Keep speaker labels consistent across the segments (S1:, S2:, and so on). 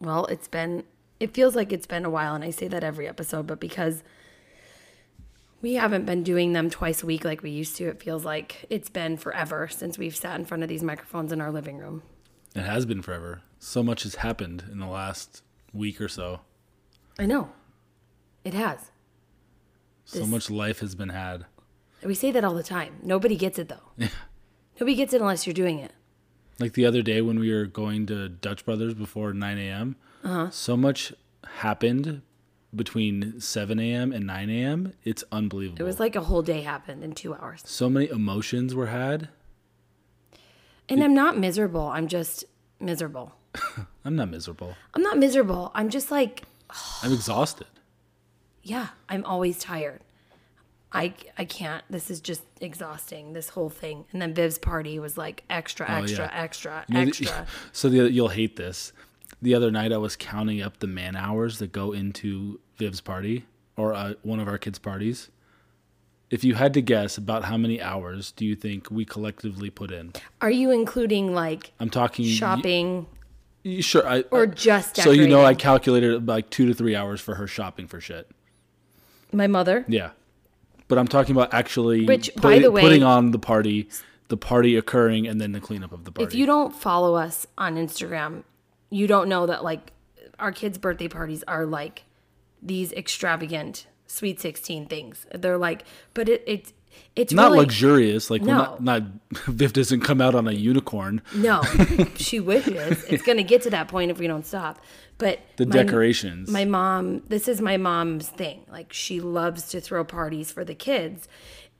S1: well. It's been, it feels like it's been a while, and I say that every episode, but because we haven't been doing them twice a week like we used to, it feels like it's been forever since we've sat in front of these microphones in our living room.
S2: It has been forever. So much has happened in the last week or so.
S1: I know. It has.
S2: So much life has been had.
S1: We say that all the time. Nobody gets it though. Nobody gets it unless you're doing it.
S2: Like the other day when we were going to Dutch Brothers before 9 a.m.,
S1: Uh-huh.
S2: so much happened between 7 a.m. and 9 a.m. It's unbelievable.
S1: It was like a whole day happened in two hours.
S2: so many emotions were had.
S1: And I'm not miserable. I'm just miserable.
S2: I'm not miserable.
S1: I'm not miserable. I'm just like,
S2: I'm exhausted.
S1: yeah, I'm always tired. I I can't. This is just exhausting. This whole thing. And then Viv's party was like extra, extra,
S2: Oh, yeah.
S1: extra,
S2: You know, the-
S1: extra.
S2: so the, you'll hate this. The other night I was counting up the man hours that go into Viv's party or uh, one of our kids' parties. If you had to guess about how many hours do you think we collectively put in?
S1: Are you including like
S2: I'm talking
S1: shopping
S2: Y- y- sure. I,
S1: or just
S2: uh, so you know, I
S1: decorating?
S2: calculated about, like two to three hours for her shopping for shit.
S1: my mother?
S2: Yeah, but I'm talking about actually
S1: Which,
S2: put-
S1: by the way-
S2: putting on the party, the party occurring, and then the cleanup of the party.
S1: If you don't follow us on Instagram, you don't know that like our kids' birthday parties are like these extravagant sweet 16 things. They're like, but it, it's it's
S2: not
S1: really,
S2: luxurious. Like we're not,
S1: No.
S2: not Viv doesn't come out on a unicorn.
S1: No, she wishes. It's going to get to that point if we don't stop. But
S2: The
S1: my-
S2: decorations.
S1: My mom, this is my mom's thing. Like she loves to throw parties for the kids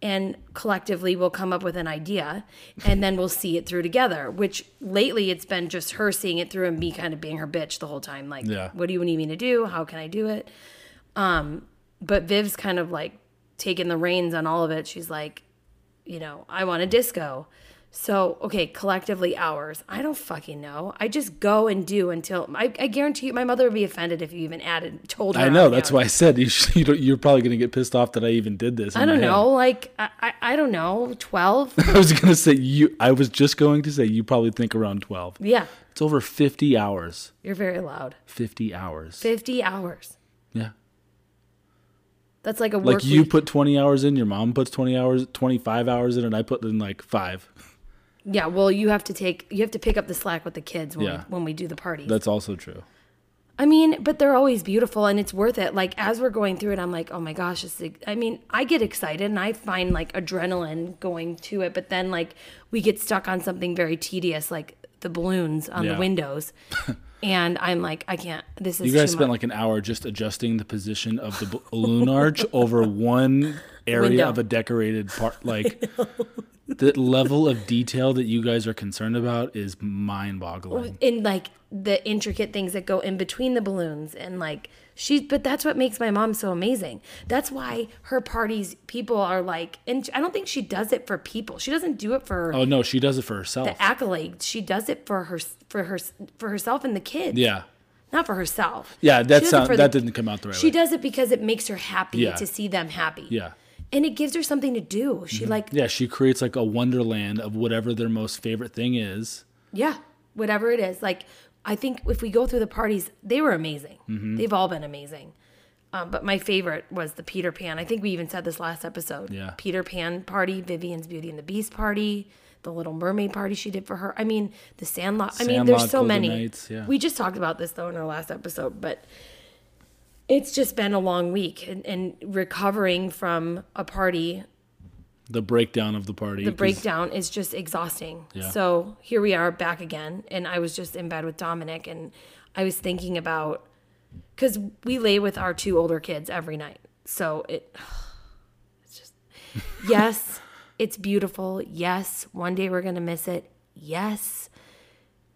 S1: and collectively we'll come up with an idea and then we'll see it through together, which lately it's been just her seeing it through and me kind of being her bitch the whole time. Like,
S2: Yeah.
S1: what do you need me to do? How can I do it? Um, but Viv's kind of like taking the reins on all of it. She's like, you know, I want a disco. So, okay, collectively hours. I don't fucking know. I just go and do until I, I guarantee you, my mother would be offended if you even added, told her.
S2: I
S1: how
S2: know.
S1: many
S2: That's
S1: hours.
S2: why I said you should, you don't, you're probably going to get pissed off that I even did this. in
S1: I don't
S2: my head.
S1: know. Like, I, I, I don't know. 12?
S2: I was going to say you. I was just going to say you probably think around twelve.
S1: yeah,
S2: It's over fifty hours.
S1: you're very loud.
S2: Fifty hours.
S1: 50 hours.
S2: yeah.
S1: That's like a work
S2: Like you
S1: week.
S2: put twenty hours in, your mom puts twenty hours, twenty five hours in, and I put in like five.
S1: Yeah, well, you have to take, you have to pick up the slack with the kids when,
S2: Yeah.
S1: we, when we do the parties.
S2: That's also true.
S1: I mean, but they're always beautiful and it's worth it. Like as we're going through it, I'm like, oh my gosh, this is, I mean, I get excited and I find like adrenaline going to it, but then like we get stuck on something very tedious, like the balloons on
S2: Yeah.
S1: the windows. and I'm like, I can't. This is
S2: You guys
S1: too
S2: spent
S1: much.
S2: like an hour just adjusting the position of the balloon arch over one area
S1: Window.
S2: of a decorated part. Like the level of detail that you guys are concerned about is mind-boggling.
S1: and like the intricate things that go in between the balloons and like she but that's what makes my mom so amazing that's why her parties people are like and i don't think she does it for people she doesn't do it for
S2: Oh no, she does it for herself.
S1: the accolades. She does it for her for her for herself and the kids.
S2: yeah,
S1: Not for herself.
S2: yeah.
S1: She
S2: That
S1: does it
S2: sound
S1: for
S2: that
S1: the-
S2: didn't come out the right
S1: She
S2: way.
S1: does it because it makes her happy
S2: Yeah.
S1: to see them happy.
S2: Yeah, Mm-hmm.
S1: And it gives her something to do. She like yeah.
S2: yeah. She creates like a wonderland of whatever their most favorite thing is.
S1: whatever it is. Like I think if we go through the parties, they were amazing.
S2: Mm-hmm.
S1: They've all been amazing. Um, but my favorite was the Peter Pan. I think we even said this last episode.
S2: Yeah.
S1: Peter Pan party, Vivian's Beauty and the Beast party, the Little Mermaid party she did for her. I mean, the Sandlot. I mean,
S2: Sandlot,
S1: there's so
S2: Golden
S1: many.
S2: Knights, yeah.
S1: We just talked about this though in our last episode, but it's just been a long week and, and recovering from a party.
S2: The breakdown of the party.
S1: The
S2: 'cause
S1: breakdown is just exhausting.
S2: Yeah.
S1: So here we are back again. And I was just in bed with Dominic and I was thinking about because we lay with our two older kids every night. So it, it's just, yes, it's beautiful. Yes, one day we're going to miss it. Yes,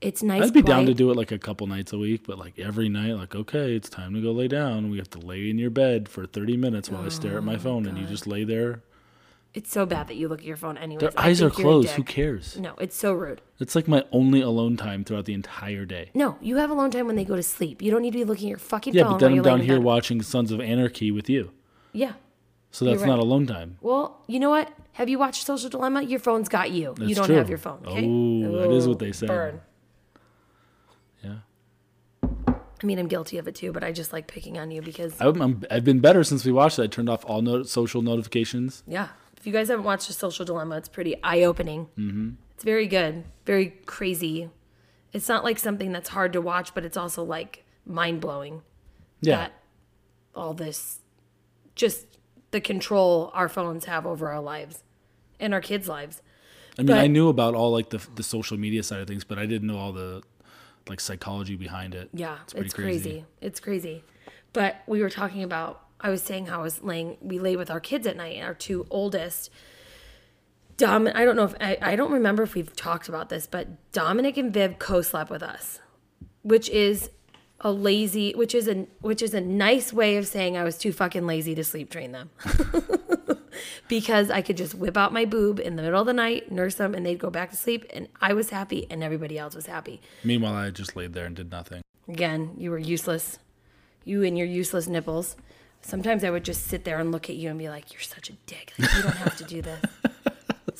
S1: it's nice.
S2: I'd be down
S1: quiet.
S2: to do it like a couple nights a week, but like every night, like okay, it's time to go lay down. We have to lay in your bed for thirty minutes while I stare
S1: Oh,
S2: at my phone, and you just lay there.
S1: It's so bad that you look at your phone anyways.
S2: Their
S1: I
S2: eyes are
S1: think you're a
S2: closed. Who
S1: dick.
S2: cares?
S1: No, it's so rude.
S2: It's like my only alone time throughout the entire day.
S1: No, you have alone time when they go to sleep. You don't need to be looking at your fucking
S2: Yeah,
S1: phone.
S2: but then
S1: while
S2: I'm
S1: you're laying
S2: down
S1: in
S2: here
S1: bed.
S2: watching Sons of Anarchy with you,
S1: Yeah.
S2: so that's
S1: You're
S2: not
S1: right.
S2: alone time.
S1: Well, you know what? Have you watched Social Dilemma? Your phone's got you.
S2: That's
S1: you don't
S2: true.
S1: have your phone. Okay?
S2: Oh, that is what they said.
S1: Burn.
S2: Yeah,
S1: I mean, I'm guilty of it too, but I just like picking on you because
S2: I'm, I'm, I've been better since we watched it. I turned off all no- social notifications.
S1: yeah, if you guys haven't watched The Social Dilemma, it's pretty eye opening. Mm-hmm. It's very good, very crazy. It's not like something that's hard to watch, but it's also like mind blowing
S2: Yeah.
S1: that all this just the control our phones have over our lives and our kids' lives.
S2: I mean, I
S1: but-
S2: knew about all like the, the social media side of things, but I didn't know all the like psychology behind it.
S1: Yeah, it's,
S2: pretty
S1: crazy. It's crazy. But we were talking about I was saying how I was laying we lay with our kids at night, our two oldest. Dom I don't know if I, I don't remember if we've talked about this, but Dominic and Viv co slept with us. Which is a lazy which is a which is a nice way of saying I was too fucking lazy to sleep train them. because I could just whip out my boob in the middle of the night, nurse them, and they'd go back to sleep and I was happy and everybody else was happy.
S2: Meanwhile, I just laid there and did nothing.
S1: Again, you were useless. You and your useless nipples. Sometimes I would just sit there and look at you and be like, "You're such a dick. Like, you don't have to do this."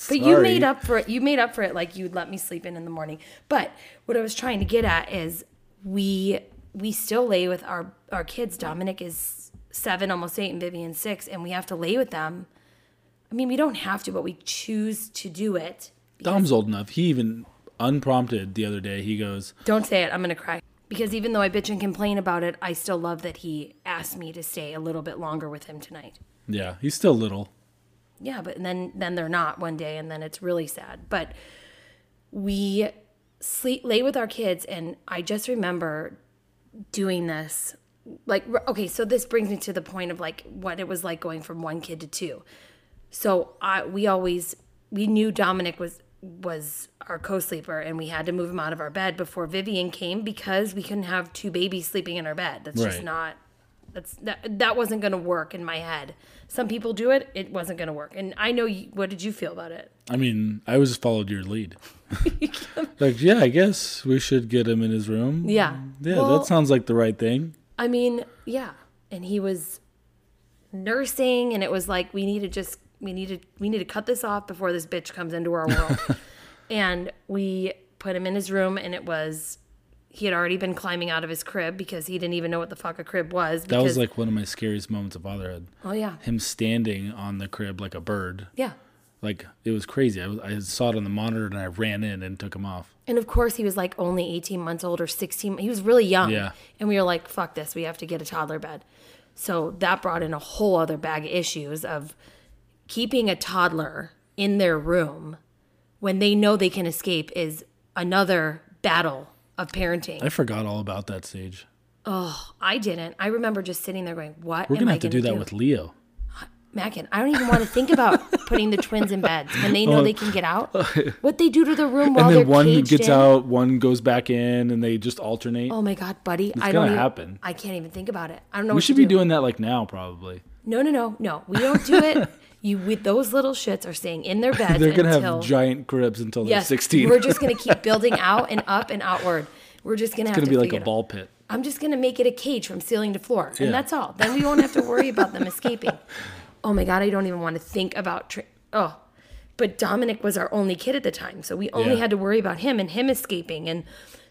S1: but you
S2: Sorry.
S1: made up for it. You made up for it. Like you'd let me sleep in in the morning. But what I was trying to get at is we we still lay with our our kids. Dominic is seven, almost eight, and Vivian six, and we have to lay with them. I mean, we don't have to, but we choose to do it.
S2: Dom's old enough. He even unprompted the other day. He goes,
S1: Don't say it. I'm going to cry. Because even though I bitch and complain about it, I still love that he asked me to stay a little bit longer with him tonight.
S2: "Yeah, he's still little."
S1: Yeah, but then then they're not one day and then it's really sad. But we sleep lay with our kids and I just remember doing this like r- okay, so this brings me to the point of like what it was like going from one kid to two. So I we always we knew Dominic was was our co-sleeper and we had to move him out of our bed before Vivian came because we couldn't have two babies sleeping in our bed. That's just
S2: Right.
S1: not that's that, that wasn't going to work in my head. Some people do it, it wasn't going to work. And I know you, what did you feel about it?
S2: I mean, I was just followed your lead. like, yeah, I guess we should get him in his room.
S1: Yeah.
S2: Yeah,
S1: Well,
S2: that sounds like the right thing.
S1: I mean, yeah. And he was nursing and it was like we need to just we need to we need to cut this off before this bitch comes into our world. and we put him in his room and it was he had already been climbing out of his crib because he didn't even know what the fuck a crib was.
S2: That was
S1: because-
S2: like one of my scariest moments of fatherhood.
S1: Oh yeah.
S2: Him standing on the crib like a bird.
S1: Yeah.
S2: Like it was crazy. I, was, I saw it on the monitor and I ran in and took him off.
S1: And of course, he was like only 18 months old or 16. He was really young.
S2: Yeah.
S1: And we were like, fuck this. We have to get a toddler bed. So that brought in a whole other bag of issues of keeping a toddler in their room when they know they can escape is another battle of parenting.
S2: I forgot all about that stage.
S1: I didn't. I remember just sitting there going, what
S2: We're
S1: am
S2: gonna
S1: I
S2: have to
S1: going
S2: do that with Leo.
S1: Mackin, I don't even want to think about putting the twins in beds when they know they can get out. What they do to the room while
S2: Oh. And
S1: they're
S2: then one
S1: caged
S2: gets
S1: in.
S2: out, one goes back in, and they just alternate.
S1: Oh my god, buddy! I
S2: gonna
S1: don't even,
S2: happen.
S1: I can't even think about it. I don't know.
S2: we
S1: what
S2: should
S1: to
S2: be
S1: do.
S2: doing that like now, probably.
S1: No, no, no, no. We don't do it. you with those little shits are staying in their beds.
S2: They're gonna
S1: until,
S2: have giant cribs until they're
S1: Yes,
S2: sixteen.
S1: We're just gonna keep building out and up and outward. We're just gonna
S2: it's
S1: have
S2: gonna
S1: to
S2: be like
S1: figure
S2: a
S1: it out.
S2: ball pit.
S1: I'm just gonna make it a cage from ceiling to floor,
S2: Yeah.
S1: and that's all. Then we won't have to worry about them escaping. Oh my god, I don't even want to think about. Tra- oh, but Dominic was our only kid at the time, so we only
S2: Yeah.
S1: had to worry about him and him escaping, and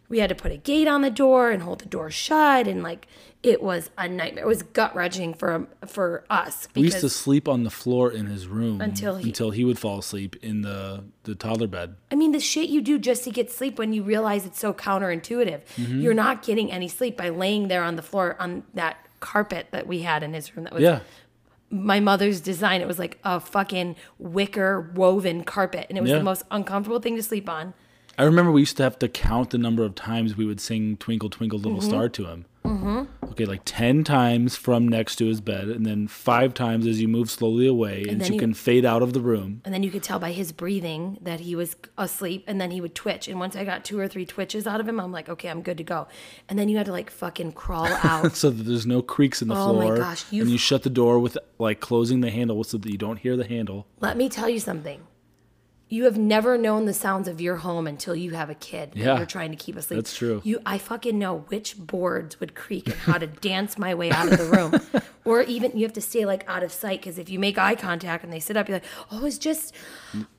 S1: we had to put a gate on the door and hold the door shut, and like it was a nightmare. It was gut wrenching for for us.
S2: We used to sleep on the floor in his room
S1: Until he-
S2: would fall asleep in the the toddler bed.
S1: I mean, the shit you do just to get sleep when you realize it's so counterintuitive.
S2: Mm-hmm.
S1: You're not getting any sleep by laying there on the floor on that carpet that we had in his room. That was
S2: Yeah,
S1: my mother's design. It was like a fucking wicker woven carpet, and it was
S2: Yeah.
S1: the most uncomfortable thing to sleep on.
S2: I remember we used to have to count the number of times we would sing "Twinkle Twinkle Little Star" to him. Mm-hmm. Okay, like ten times from next to his bed, and then five times as you move slowly away, and,
S1: then
S2: you
S1: you-
S2: can fade out of the room.
S1: And then you could tell by his breathing that he was asleep, and then he would twitch. And once I got two or three twitches out of him, I'm like, okay, I'm good to go. And then you had to like fucking crawl out.
S2: So that there's no creaks in the
S1: Oh my
S2: floor,
S1: gosh,
S2: and
S1: you've-
S2: you shut the door with like closing the handle so that you don't hear the handle.
S1: Let me tell you something. You have never known the sounds of your home until you have a kid. that
S2: Yeah.
S1: you're trying to keep asleep.
S2: That's true.
S1: You, I fucking know which boards would creak and how to dance my way out of the room. Or even you have to stay like out of sight because if you make eye contact and they sit up, you're like, oh, I was just,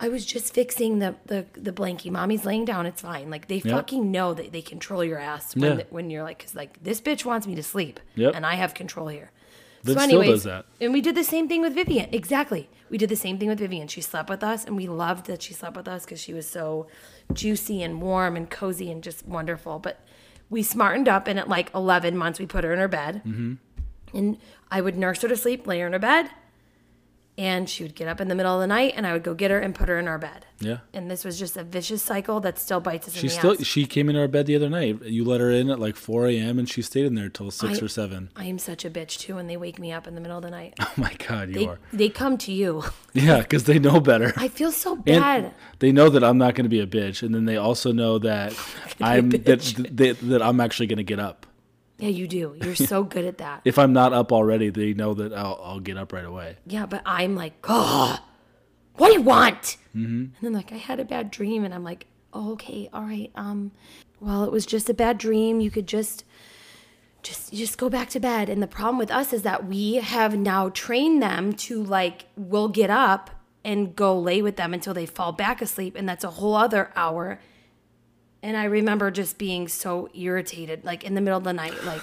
S1: I was just fixing the the the blankie. Mommy's laying down. It's fine. Like they fucking know that they control your ass when
S2: Yeah.
S1: when you're like, because like this bitch wants me to sleep,
S2: Yep.
S1: and I have control here.
S2: Viv
S1: so
S2: still
S1: anyways,
S2: does that.
S1: and we did the same thing with Vivian. Exactly, we did the same thing with Vivian. She slept with us, and we loved that she slept with us because she was so juicy and warm and cozy and just wonderful. But we smartened up, and at like 11 months, we put her in her bed,
S2: Mm-hmm.
S1: and I would nurse her to sleep, lay her in her bed, and she would get up in the middle of the night, and I would go get her and put her in our bed.
S2: Yeah.
S1: And this was just a vicious cycle that still bites us in
S2: She
S1: the
S2: still
S1: ass.
S2: she came into our bed the other night. You let her in at like 4 a.m. and she stayed in there till six
S1: I-
S2: or seven.
S1: I am such a bitch too when they wake me up in the middle of the night.
S2: Oh my god, you
S1: They,
S2: are.
S1: they come to you.
S2: Yeah, because they know better.
S1: I feel so bad.
S2: And they know that I'm not going to be a bitch, and then they also know that I'm that, that that I'm actually going to get up.
S1: yeah, you do. You're so good at that.
S2: If I'm not up already, they know that I'll, I'll get up right away.
S1: Yeah, but I'm like, oh, what do you want? And then like, I had a bad dream, and I'm like, oh, okay, all right. Um, well, it was just a bad dream. You could just, just, just go back to bed. And the problem with us is that we have now trained them to like, we'll get up and go lay with them until they fall back asleep, and that's a whole other hour. And I remember just being so irritated, like in the middle of the night, like.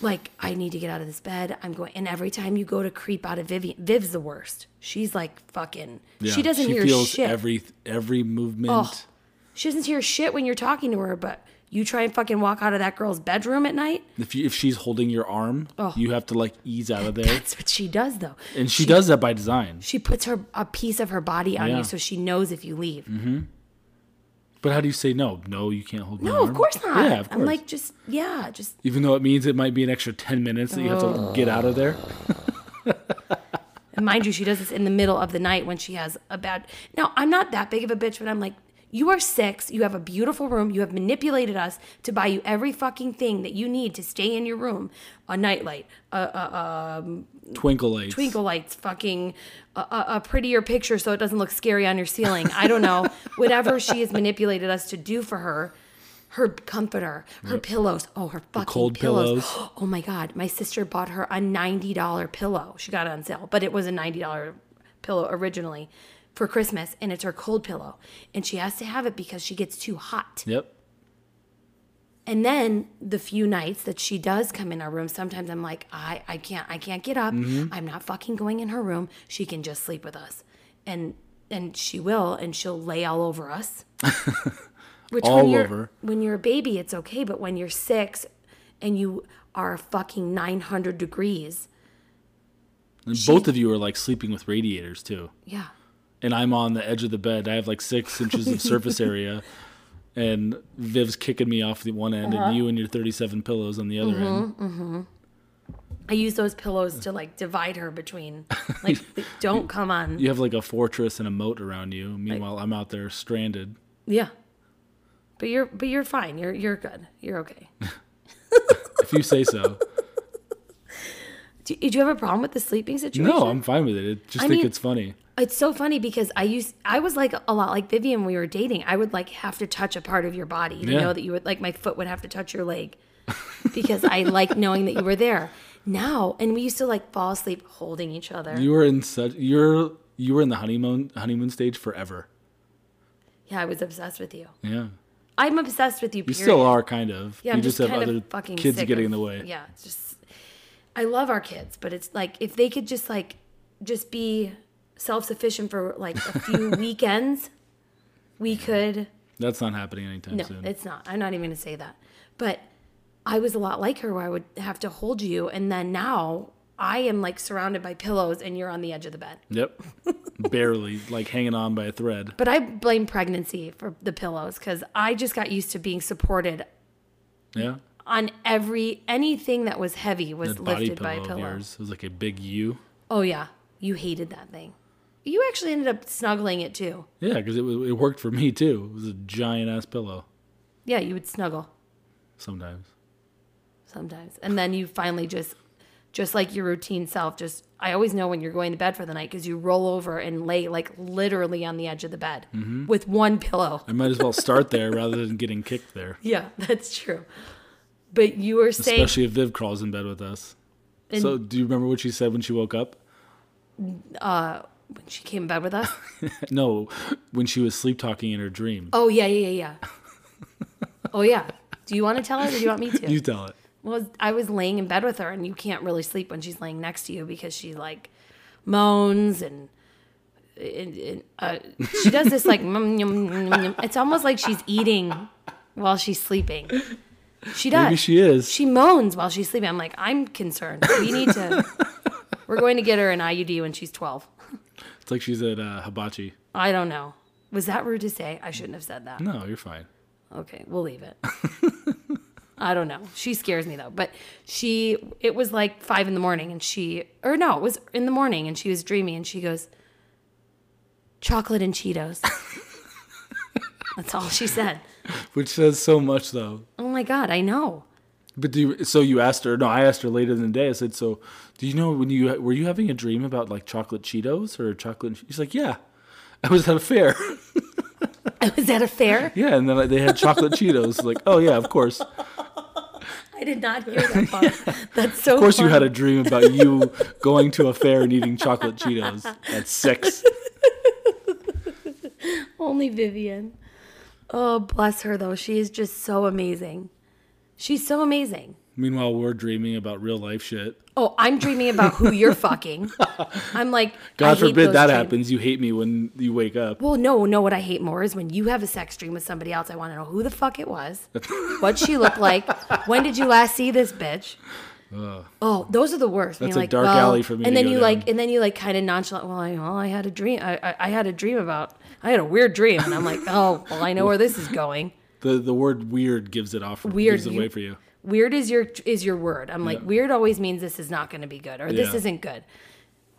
S1: like I need to get out of this bed. I'm going, and every time you go to creep out of Vivian, Viv's the worst. She's like fucking.
S2: Yeah,
S1: she doesn't hear
S2: feels
S1: shit.
S2: Every every movement.
S1: she doesn't hear shit when you're talking to her. But you try and fucking walk out of that girl's bedroom at night.
S2: If you, if she's holding your arm, you have to like ease out of there,
S1: That's what she does though.
S2: and she, does that by design.
S1: She puts her a piece of her body on
S2: Yeah. Mm-hmm.
S1: you so she knows if you leave.
S2: But how do you say no? No, you can't hold. my
S1: No, of
S2: arm?
S1: course not.
S2: Yeah, of course.
S1: I'm like just yeah, just
S2: even though it means it might be an extra ten minutes that you have
S1: Oh.
S2: to get out of there.
S1: And mind you, she does this in the middle of the night when she has a bad. Now, I'm not that big of a bitch, but I'm like, you are six. You have a beautiful room. You have manipulated us to buy you every fucking thing that you need to stay in your room a nightlight, a
S2: Twinkle lights.
S1: twinkle lights, fucking a, a, a prettier picture so it doesn't look scary on your ceiling. I don't know. Whatever she has manipulated us to do for her. Her comforter, her pillows. Oh, her fucking
S2: cold
S1: pillows.
S2: pillows.
S1: Oh my God. My sister bought her a $90 pillow. She got it on sale, but it was a $90 pillow originally for Christmas. And it's her cold pillow. And she has to have it because she gets too hot.
S2: Yep.
S1: And then the few nights that she does come in our room, sometimes I'm like, I, I can't, I can't get up.
S2: Mm-hmm.
S1: I'm not fucking going in her room. She can just sleep with us. And and she will, and she'll lay all over us. Which
S2: All
S1: when you're,
S2: over.
S1: When you're a baby, it's okay, but when you're six and you are fucking 900 degrees,
S2: And both of you are like sleeping with radiators too.
S1: yeah.
S2: and I'm on the edge of the bed. I have like six inches of surface area, and Viv's kicking me off the one end,
S1: Uh-huh.
S2: and you and your 37 pillows on the other
S1: Mm-hmm.
S2: end.
S1: I use those pillows to like divide her between, like, don't come on.
S2: You have like a fortress and a moat around you. Meanwhile, I'm out there stranded.
S1: Yeah. But you're, but you're fine. You're, you're good. You're okay.
S2: If you say so.
S1: Do, do you have a problem with the sleeping situation?
S2: no, I'm fine with it. I just
S1: I
S2: think
S1: mean-
S2: it's funny.
S1: It's so funny because I used I was like a lot like Vivian when we were dating. I would like have to touch a part of your body to
S2: Yeah.
S1: know that you would like my foot would have to touch your leg because I like knowing that you were there. Now, and we used to like fall asleep holding each other.
S2: You were in such you're you were in the honeymoon honeymoon stage forever.
S1: yeah, I was obsessed with you.
S2: Yeah,
S1: I'm obsessed with you.
S2: you
S1: Period.
S2: still are kind of.
S1: Yeah,
S2: you
S1: I'm
S2: just,
S1: just,
S2: have
S1: kind
S2: other
S1: of fucking
S2: kids
S1: sick
S2: getting
S1: of-
S2: in the way.
S1: Yeah, it's just I love our kids, but it's like if they could just like just be self-sufficient for like a few weekends, we could
S2: That's not happening anytime
S1: No,
S2: soon.
S1: it's not. I'm not even going to say that. But I was a lot like her where I would have to hold you. And then now I am like surrounded by pillows and you're on the edge of the bed.
S2: Yep, barely like hanging on by a thread.
S1: But I blame pregnancy for the pillows because I just got used to being supported
S2: Yeah.
S1: on every anything that was heavy was
S2: that body
S1: lifted
S2: pillow
S1: by a
S2: of
S1: pillow.
S2: yours. It was like a big U.
S1: Oh, yeah. You hated that thing. You actually ended up snuggling it too.
S2: Yeah, because it, wa- it worked for me too. It was a giant ass pillow
S1: Yeah, you would snuggle
S2: sometimes.
S1: sometimes. And then you finally just just like your routine self just I always know when you're going to bed for the night cuz you roll over and lay like literally on the edge of the bed with one pillow.
S2: I might as well start there rather than getting kicked there.
S1: Yeah, that's true. But you were saying
S2: Especially if Viv crawls in bed with us.
S1: And
S2: so, do you remember what she said when she woke up?
S1: when she came in bed with us.
S2: no, when she was sleep talking in her dream.
S1: Oh yeah, yeah, yeah, yeah. oh yeah. Do you want to tell her or do you want me to?
S2: You tell it.
S1: Well, I was laying in bed with her, and you can't really sleep when she's laying next to you because she like moans and. and- and, uh, she does this like "Mm, mm, mm, mm, mm." it's almost like she's eating while she's sleeping. She does.
S2: Maybe she is.
S1: She moans while she's sleeping. I'm like, I'm concerned. We need to. we're going to get her an IUD when she's 12.
S2: It's like she's at uh, hibachi.
S1: I don't know. Was that rude to say? I shouldn't have said that.
S2: No, you're fine.
S1: Okay, we'll leave it. I don't know. She scares me though. But she, it was like five in the morning and she, or no, it was in the morning and she was dreamy and she goes, chocolate and Cheetos. That's all she said.
S2: Which says so much, though.
S1: Oh my God, I know.
S2: But do you, so you asked her? No, I asked her later in the day. I said, "So, do you know when you were you having a dream about like chocolate Cheetos or chocolate?" and che-" She's like, "Yeah, I was at a fair."
S1: Was that a fair?
S2: yeah, and then like, they had chocolate Cheetos. Like, oh yeah, of course, of
S1: I did not hear that part. That's so Of
S2: course, you had a dream about you going to a fair and eating chocolate Cheetos at six.
S1: Only Vivian. Oh, bless her though. She is just so amazing. She's so amazing.
S2: Meanwhile, we're dreaming about real life shit.
S1: Oh, I'm dreaming about who you're fucking. I'm like, I
S2: God
S1: hate those
S2: forbid that
S1: dreams.
S2: happens. You hate me when you wake up.
S1: Well, no, no. What I hate more is when you have a sex dream with somebody else. I want to know who the fuck it was, what she looked like, when did you last see this bitch? Oh, those are the worst. That's
S2: a dark alley for me
S1: And
S2: to
S1: then
S2: go
S1: you like,
S2: down.
S1: and then you like, kind of nonchalant. Well, I, well, I had a dream. I, I, I had a dream about. I had a weird dream, and I'm like, oh, well, I know where this is going.
S2: The the word weird gives it off.
S1: Weird,
S2: gives it
S1: you-
S2: away for you.
S1: Weird is your is your word. I'm like,
S2: Yeah.
S1: weird always means this is not going to be good or this
S2: Yeah.
S1: isn't good.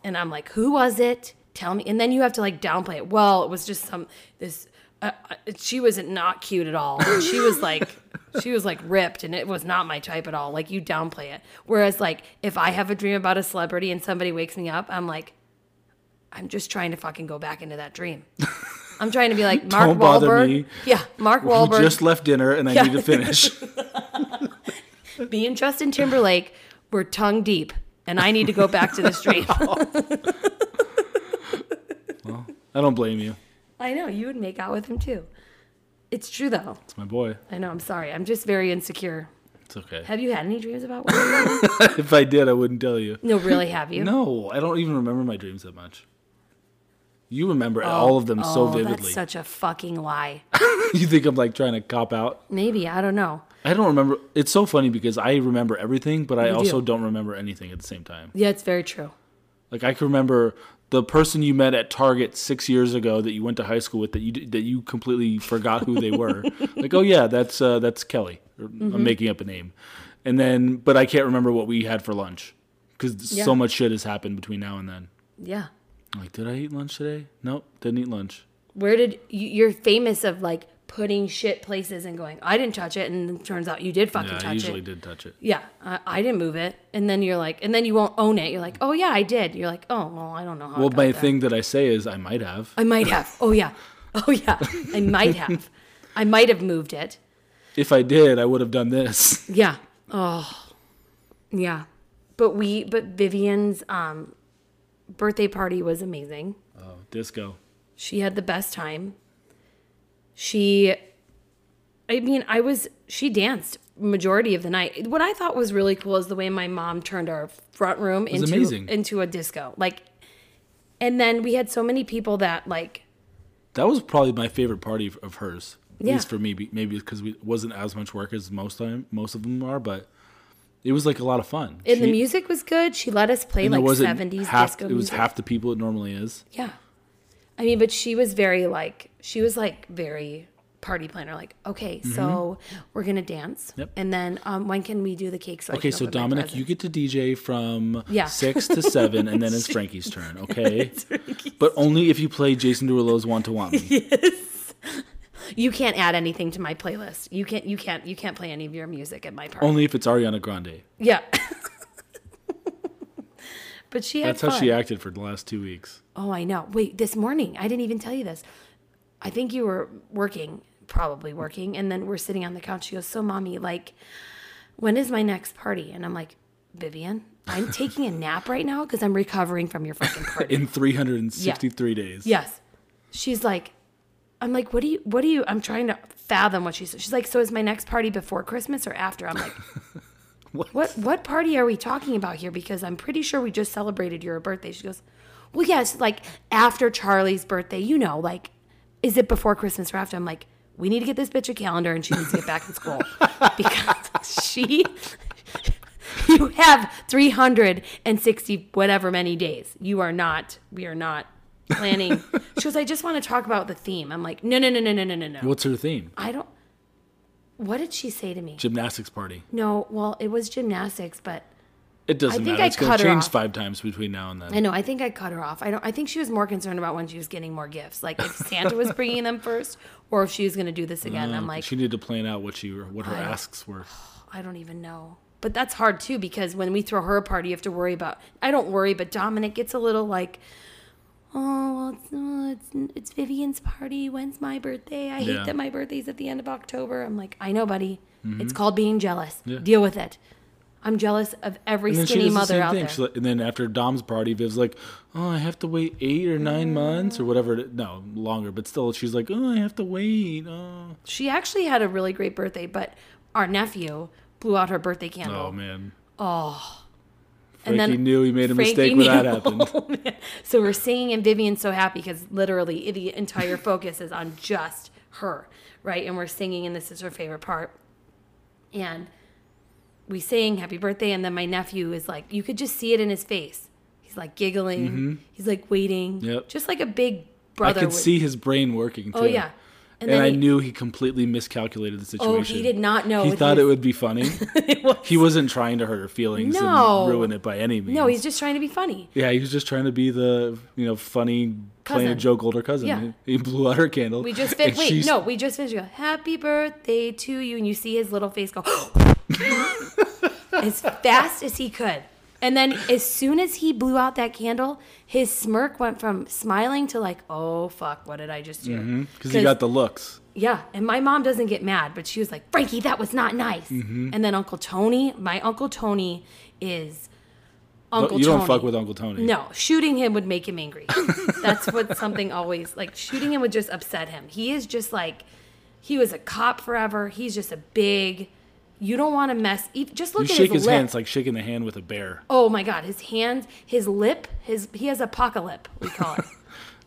S1: And I'm like, who was it? Tell me. And then you have to like downplay it. Well, it was just some this. Uh, uh, she wasn't not cute at all. And she was like, she was like ripped, and it was not my type at all. Like you downplay it. Whereas like if I have a dream about a celebrity and somebody wakes me up, I'm like, I'm just trying to fucking go back into that dream. I'm trying to be like Mark
S2: Don't bother
S1: Wahlberg.
S2: me.
S1: Yeah, Mark
S2: We
S1: Wahlberg.
S2: just left dinner and I
S1: Yeah.
S2: need to finish.
S1: Me and Justin Timberlake were tongue deep, and I need to go back to the street.
S2: I don't blame you.
S1: I know you would make out with him too. It's true though.
S2: It's my boy.
S1: I know. I'm sorry. I'm just very insecure.
S2: It's okay.
S1: Have you had any dreams about women?
S2: if I did, I wouldn't tell you.
S1: no, really? Have you?
S2: No, I don't even remember my dreams that much. You remember
S1: Oh,
S2: all of them so
S1: oh,
S2: vividly.
S1: That's such a fucking lie.
S2: you think I'm like trying to cop out?
S1: Maybe I don't know.
S2: I don't remember. It's so funny because I remember everything, but I
S1: You
S2: also
S1: do.
S2: do. not remember anything at the same time.
S1: Yeah, it's very true.
S2: Like I can remember the person you met at Target six years ago that you went to high school with that you d- that you completely forgot who they were. like oh yeah, that's uh, that's Kelly. Or,
S1: Mm-hmm.
S2: I'm making up a name, and then but I can't remember what we had for lunch because
S1: Yeah.
S2: so much shit has happened between now and then.
S1: Yeah.
S2: Like did I eat lunch today? Nope, didn't eat lunch.
S1: Where did you, you're famous of like putting shit places and going? I didn't touch it, and it turns out you did fucking
S2: Yeah,
S1: touch
S2: I usually
S1: it.
S2: did touch it.
S1: Yeah, I, I didn't move it, and then you're like, and then you won't own it. You're like, oh yeah, I did. You're like, oh well, I don't know how. it
S2: Well,
S1: got
S2: my
S1: there."
S2: thing that I say is I might have.
S1: I might have. Oh yeah. Oh yeah. I might have. I might have moved it.
S2: If I did, I would have done this.
S1: Yeah. Oh. Yeah. But we but Vivian's um birthday party was amazing.
S2: Oh, disco.
S1: She had the best time. She I mean, I was she danced majority of the night. What I thought was really cool is the way my mom turned our front room into
S2: amazing.
S1: into a disco. Like and then we had so many people that like
S2: That was probably my favorite party of- of hers. At
S1: Yeah.
S2: least for me, be- maybe because we wasn't as much work as most time most of them are, but it was like a lot of fun.
S1: And the
S2: She-
S1: music was good. She let us play
S2: and there
S1: like
S2: wasn't
S1: seventies
S2: half,
S1: disco
S2: It was
S1: music.
S2: half the people it normally is.
S1: yeah, I mean, but she was very like she was like very party planner. Like, okay, so we're gonna dance,
S2: Mm-hmm. Yep.
S1: and then um, when can we do the cake? So I
S2: Okay,
S1: can
S2: so
S1: open my
S2: Dominic, you
S1: present?
S2: get to DJ from
S1: Yeah.
S2: six to seven, and then it's Frankie's turn. Okay, but only if you play Jason Derulo's "Want to Want Me."
S1: you can't add anything to my playlist. You can't you can't you can't play any of your music at my party.
S2: Only if it's Ariana Grande.
S1: yeah. But she had
S2: That's how
S1: fun.
S2: she acted for the last two weeks.
S1: Oh, I know. Wait, this morning, I didn't even tell you this. I think you were working, probably working, and then we're sitting on the couch. She goes, So, mommy, like, when is my next party? And I'm like, Vivian, I'm taking a nap right now because I'm recovering from your fucking party.
S2: in 363 days.
S1: Yes. She's like, I'm like, what do you, what do you, I'm trying to fathom what she's, she's like, so is my next party before Christmas or after? I'm like,
S2: What?
S1: what, what party are we talking about here? Because I'm pretty sure we just celebrated your birthday. She goes, well, yes, like after Charlie's birthday, you know, like, is it before Christmas or after? I'm like, we need to get this bitch a calendar and she needs to get back in school because she, you have 360 whatever many days. You are not, we are not planning. she goes, I just want to talk about the theme. I'm like, no, no, no, no, no, no, no, no.
S2: What's her theme?
S1: I don't, what did she say to me?
S2: Gymnastics party.
S1: No, well, it was gymnastics, but
S2: It doesn't
S1: think
S2: matter.
S1: I
S2: it's going
S1: cut
S2: to
S1: her
S2: change
S1: off.
S2: five times between now and then.
S1: I know, I think I cut her off. I don't, I think she was more concerned about when she was getting more gifts, like if Santa was bringing them first or if she was going to do this again. I'm like,
S2: she needed to plan out what she what her asks were.
S1: I don't even know. But that's hard too because when we throw her a party, you have to worry about. I don't worry, but Dominic gets a little like, oh, well, it's, oh, it's it's Vivian's party. When's my birthday? I
S2: Yeah.
S1: hate that my birthday's at the end of October. I'm like, I know, buddy. It's called being jealous.
S2: Mm-hmm. Yeah.
S1: Deal with it. I'm jealous of every
S2: And then she
S1: skinny
S2: does the
S1: mother
S2: same
S1: out
S2: thing.
S1: there.
S2: She, and then after Dom's party, Viv's like, "Oh, I have to wait eight or
S1: Mm.
S2: nine months or whatever. it- No, longer, but still, she's like, "Oh, I have to wait." Oh,
S1: she actually had a really great birthday, but our nephew blew out her birthday candle.
S2: oh man.
S1: Oh. And
S2: Frankie
S1: then
S2: knew he made a
S1: Frankie
S2: mistake when that
S1: knew.
S2: happened.
S1: So we're singing and Vivian's so happy because literally the entire focus is on just her, right? And we're singing and this is her favorite part. And we sing happy birthday and then my nephew is like, you could just see it in his face. He's like giggling. He's like waiting.
S2: Mm-hmm. Yep.
S1: Just like a big
S2: I
S1: brother.
S2: could
S1: would-
S2: see his brain working too.
S1: Oh yeah.
S2: And,
S1: then
S2: I
S1: he-
S2: knew he completely miscalculated the
S1: Oh,
S2: situation.
S1: he did not know.
S2: He
S1: with
S2: thought
S1: his-
S2: it would be funny. He wasn't trying to hurt her feelings
S1: No.
S2: and ruin it by any means.
S1: No, he's just trying to be funny.
S2: yeah, he was just trying to be the you know funny playing a
S1: Cousin.
S2: joke older cousin.
S1: Yeah.
S2: He, he blew out her candle.
S1: We just
S2: and
S1: finished. Wait,
S2: she's-
S1: no, we just finished. You go, Happy birthday to you. And you see his little face go as fast as he could. And then as soon as he blew out that candle, his smirk went from smiling to like, oh, fuck, what did I just do?
S2: Because he got the looks.
S1: Yeah, and my mom doesn't get mad, but she was like, Frankie, that was not nice.
S2: Mm-hmm.
S1: And then Uncle Tony, my Uncle Tony is Uncle
S2: you
S1: Tony.
S2: don't fuck with Uncle Tony.
S1: No, shooting him would make him angry. That's what something always like shooting him would just upset him. He is just like he was a cop forever. He's just a big. You don't want to mess. ev- Just look
S2: You
S1: at
S2: shake
S1: his,
S2: his
S1: lip.
S2: hand, it's like shaking the hand with a bear.
S1: oh my god, his hand, his lip, his he has apocalypse. We call it.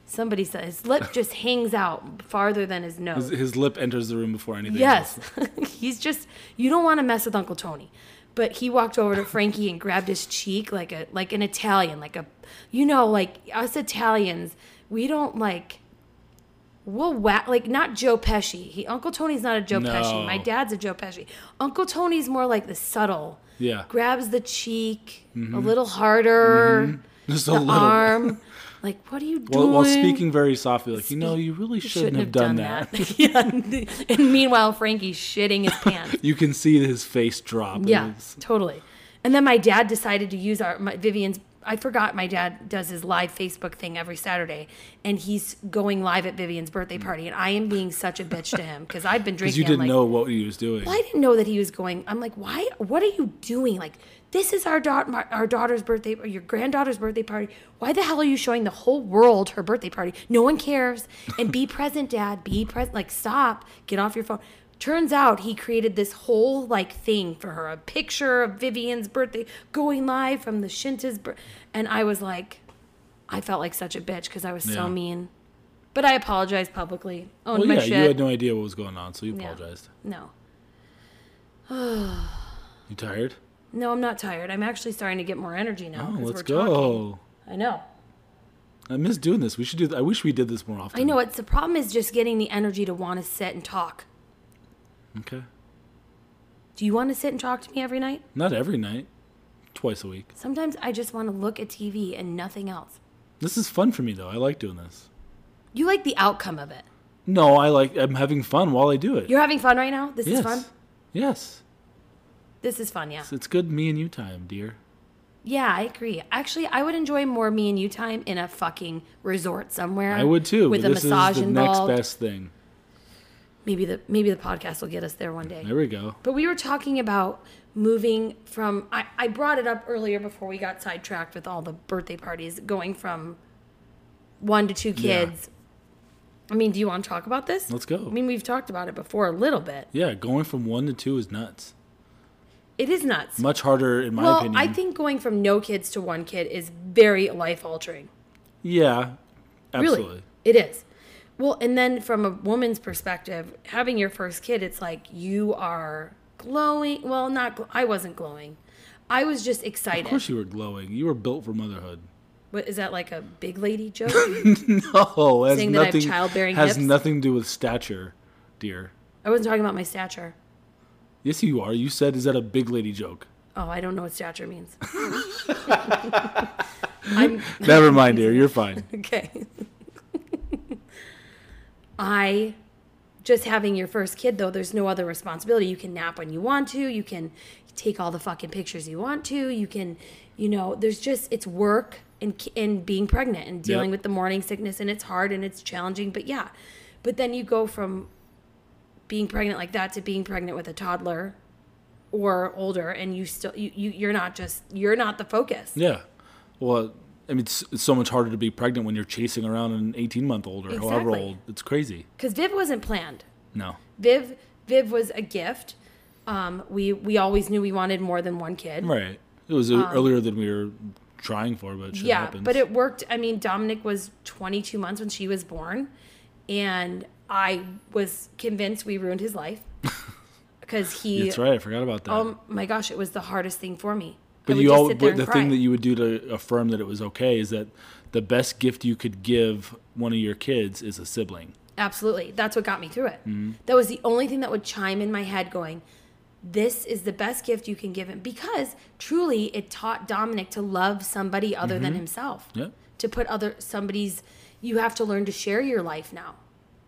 S1: Somebody said his lip just hangs out farther than his nose.
S2: His, his lip enters the room before anything.
S1: Yes. He's just you don't want to mess with Uncle Tony. But he walked over to Frankie and grabbed his cheek like a like an Italian, like a you know, like us Italians, we don't like we'll whack like not Joe Pesci. He Uncle Tony's not a Joe Pesci. My
S2: No.
S1: dad's a Joe Pesci. Uncle Tony's more like the subtle.
S2: Yeah.
S1: Grabs the cheek a little harder,
S2: Just a
S1: the
S2: Mm-hmm. little.
S1: arm. Like, what are you
S2: While,
S1: doing?
S2: while speaking very softly, like, you know,
S1: Speak-
S2: you really shouldn't, have, done, that.
S1: yeah. And meanwhile, Frankie's shitting his pants.
S2: You can see his face drop.
S1: Yeah,
S2: It's-
S1: totally. And then my dad decided to use our my, Vivian's. I forgot my dad does his live Facebook thing every Saturday, and he's going live at Vivian's birthday party, and I am being such a bitch to him because I've been
S2: Because
S1: drinking.
S2: Mm. you
S1: I'm
S2: didn't
S1: like,
S2: know what he was doing.
S1: I didn't know that he was going. I'm like, why? What are you doing? Like, this is our daughter, our daughter's birthday, or your granddaughter's birthday party. Why the hell are you showing the whole world her birthday party? No one cares. And be present, Dad. Be present. Like, stop. Get off your phone. Turns out he created this whole like thing for her—a picture of Vivian's birthday going live from the Shinta's. Bir- and I was like, I felt like such a bitch because I was
S2: Yeah.
S1: so mean. But I apologized publicly. Owned
S2: Well,
S1: my
S2: yeah,
S1: shit.
S2: you had no idea what was going on, so you
S1: Yeah.
S2: apologized.
S1: no.
S2: You tired?
S1: No, I'm not tired. I'm actually starting to get more energy now.
S2: Oh,
S1: 'cause
S2: let's
S1: we're
S2: go.
S1: Talking. I know.
S2: I miss doing this. We should do. th- I wish we did this more often.
S1: I know. It's the problem is just getting the energy to want to sit and talk.
S2: Okay.
S1: Do you want to sit and talk to me every night?
S2: Not every night. Twice a week.
S1: Sometimes I just want to look at TV and nothing else.
S2: This is fun for me though. I like doing this.
S1: You like the outcome of it.
S2: No, I like. I'm having fun while I do it.
S1: You're having fun right now. This
S2: yes.
S1: is fun.
S2: Yes.
S1: This is fun. Yeah.
S2: It's, it's good me and you time, dear.
S1: Yeah, I agree. Actually, I would enjoy more me and you time in a fucking resort somewhere.
S2: I would too.
S1: With
S2: but
S1: a
S2: this
S1: massage
S2: is the
S1: involved.
S2: next best thing.
S1: Maybe the maybe the podcast will get us there one day.
S2: There we go.
S1: But we were talking about moving from I, I brought it up earlier before we got sidetracked with all the birthday parties, going from one to two
S2: Yeah.
S1: kids. I mean, do you want to talk about this?
S2: Let's go.
S1: I mean, we've talked about it before a little bit.
S2: Yeah, going from one to two is nuts.
S1: It is nuts.
S2: Much harder, in my
S1: well,
S2: opinion.
S1: I think going from no kids to one kid is very life altering.
S2: yeah, absolutely.
S1: Really, it is. Well, and then from a woman's perspective, having your first kid, it's like you are glowing. Well, not gl- I wasn't glowing. I was just excited.
S2: Of course, you were glowing. You were built for motherhood.
S1: What is that like a big lady joke?
S2: No, it has
S1: Saying that I have
S2: nothing
S1: childbearing
S2: has
S1: hips?
S2: nothing to do with stature, dear.
S1: I wasn't talking about my stature.
S2: Yes, you are. You said, "Is that a big lady joke?"
S1: Oh, I don't know what stature means. I'm
S2: Never mind, dear. You're fine.
S1: okay. I just having your first kid though, there's no other responsibility. You can nap when you want to, you can take all the fucking pictures you want to, you can, you know, there's just it's work and ki- and being pregnant and dealing
S2: Yep.
S1: with the morning sickness and it's hard and it's challenging, but yeah. But then you go from being pregnant like that to being pregnant with a toddler or older and you still you, you you're not just you're not the focus.
S2: Yeah. Well, I mean, it's, it's so much harder to be pregnant when you're chasing around an 18 month old or however
S1: Exactly.
S2: old. It's crazy.
S1: Cuz Viv wasn't planned.
S2: No.
S1: Viv Viv was a gift. Um, we we always knew we wanted more than one kid.
S2: Right. It was uh earlier than we were trying for, but shit
S1: Um, yeah,
S2: happens.
S1: but it worked. I mean, Dominic was 22 months when she was born, and I was convinced we ruined his life because he.
S2: That's right. I forgot about that.
S1: Oh my gosh, it was the hardest thing for me.
S2: But
S1: I would
S2: you
S1: just
S2: all,
S1: sit there
S2: but
S1: and
S2: the
S1: cry.
S2: thing that you would do to affirm that it was okay is that the best gift you could give one of your kids is a sibling.
S1: Absolutely. That's what got me through it.
S2: Mm-hmm.
S1: That was the only thing that would chime in my head going, this is the best gift you can give him because truly it taught Dominic to love somebody other
S2: Mm-hmm.
S1: than himself.
S2: Yeah.
S1: To put other somebody's you have to learn to share your life now,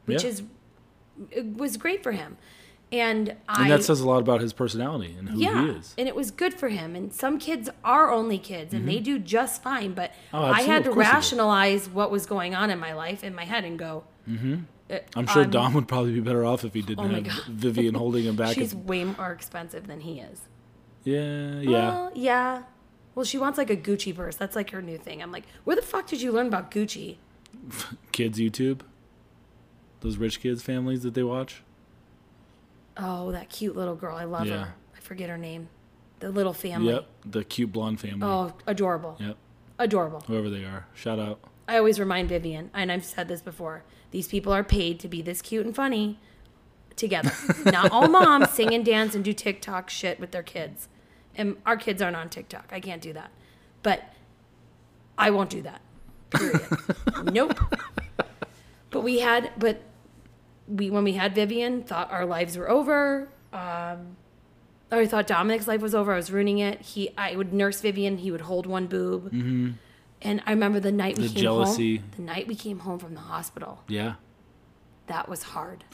S1: which
S2: Yeah.
S1: is it was great for him. And, I
S2: And that says a lot about his personality and who
S1: yeah,
S2: he is.
S1: and it was good for him. And some kids are only kids, and they do just fine. But
S2: Mm-hmm. Oh,
S1: I
S2: absolutely.
S1: had
S2: Of
S1: to
S2: course they do.
S1: rationalize what was going on in my life in my head and go,
S2: Mm-hmm.
S1: uh,
S2: I'm sure Dom would probably be better off if he didn't
S1: Um, oh my
S2: have
S1: God.
S2: Vivian holding him back.
S1: She's
S2: and-
S1: way more expensive than he is.
S2: yeah, yeah.
S1: Well, yeah. Well, she wants like a Gucci purse. That's like her new thing. I'm like, where the fuck did you learn about Gucci?
S2: Kids YouTube. Those rich kids families that they watch.
S1: Oh, that cute little girl. I love
S2: Yeah.
S1: her. I forget her name. The little family.
S2: Yep. The cute blonde family.
S1: Oh, adorable.
S2: Yep.
S1: Adorable.
S2: Whoever they are. Shout out.
S1: I always remind Vivian, and I've said this before, these people are paid to be this cute and funny together. Not all moms sing and dance and do TikTok shit with their kids. And our kids aren't on TikTok. I can't do that. But I won't do that. Period. nope. But we had, but we when we had Vivian, thought our lives were over. Um, I thought Dominic's life was over. I was ruining it. He, I would nurse Vivian. He would hold one boob. And I remember the night we
S2: Mm-hmm. The
S1: came
S2: jealousy.
S1: home. The night we came home from the hospital,
S2: Yeah.
S1: that was hard.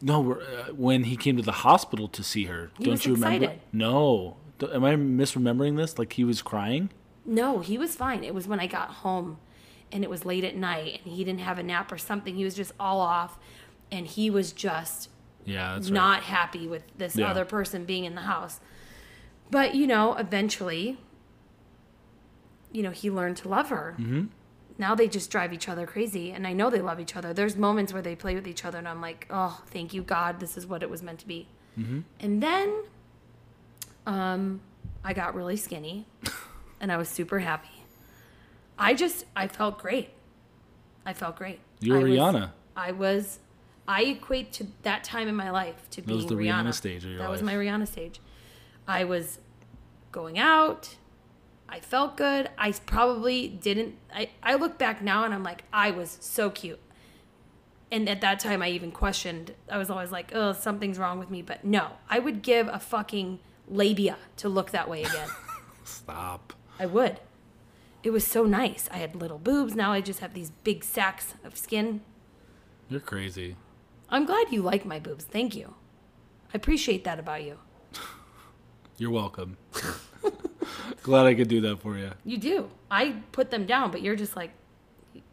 S2: No, we're, uh, when he came to the hospital to see her, don't
S1: was
S2: you remember?
S1: excited.
S2: No. D- am I misremembering this? Like he was crying?
S1: No, he was fine. It was when I got home and it was late at night and he didn't have a nap or something. He was just all off and he was just
S2: Yeah, that's right.
S1: not happy with this
S2: Yeah.
S1: other person being in the house. But, you know, eventually, you know, he learned to love her. Mm-hmm. Now they just drive each other crazy. And I know they love each other. There's moments where they play with each other and I'm like, oh, thank you, God. This is what it was meant to be.
S2: Mm-hmm.
S1: And then um, I got really skinny and I was super happy. I just, I felt great. I felt great.
S2: You're
S1: I was-
S2: Rihanna.
S1: I was, I equate to that time in my life to
S2: was
S1: being
S2: the
S1: Rihanna.
S2: Rihanna stage of your
S1: that was
S2: life.
S1: my Rihanna stage. I was going out. I felt good. I probably didn't. I, I look back now and I'm like, I was so cute. And at that time, I even questioned. I was always like, oh, something's wrong with me. But no, I would give a fucking labia to look that way again.
S2: Stop.
S1: I would. It was so nice. I had little boobs. Now I just have these big sacks of skin.
S2: You're crazy.
S1: I'm glad you like my boobs. Thank you. I appreciate that about you.
S2: You're welcome. Glad I could do that for you.
S1: You do. I put them down, but you're just like,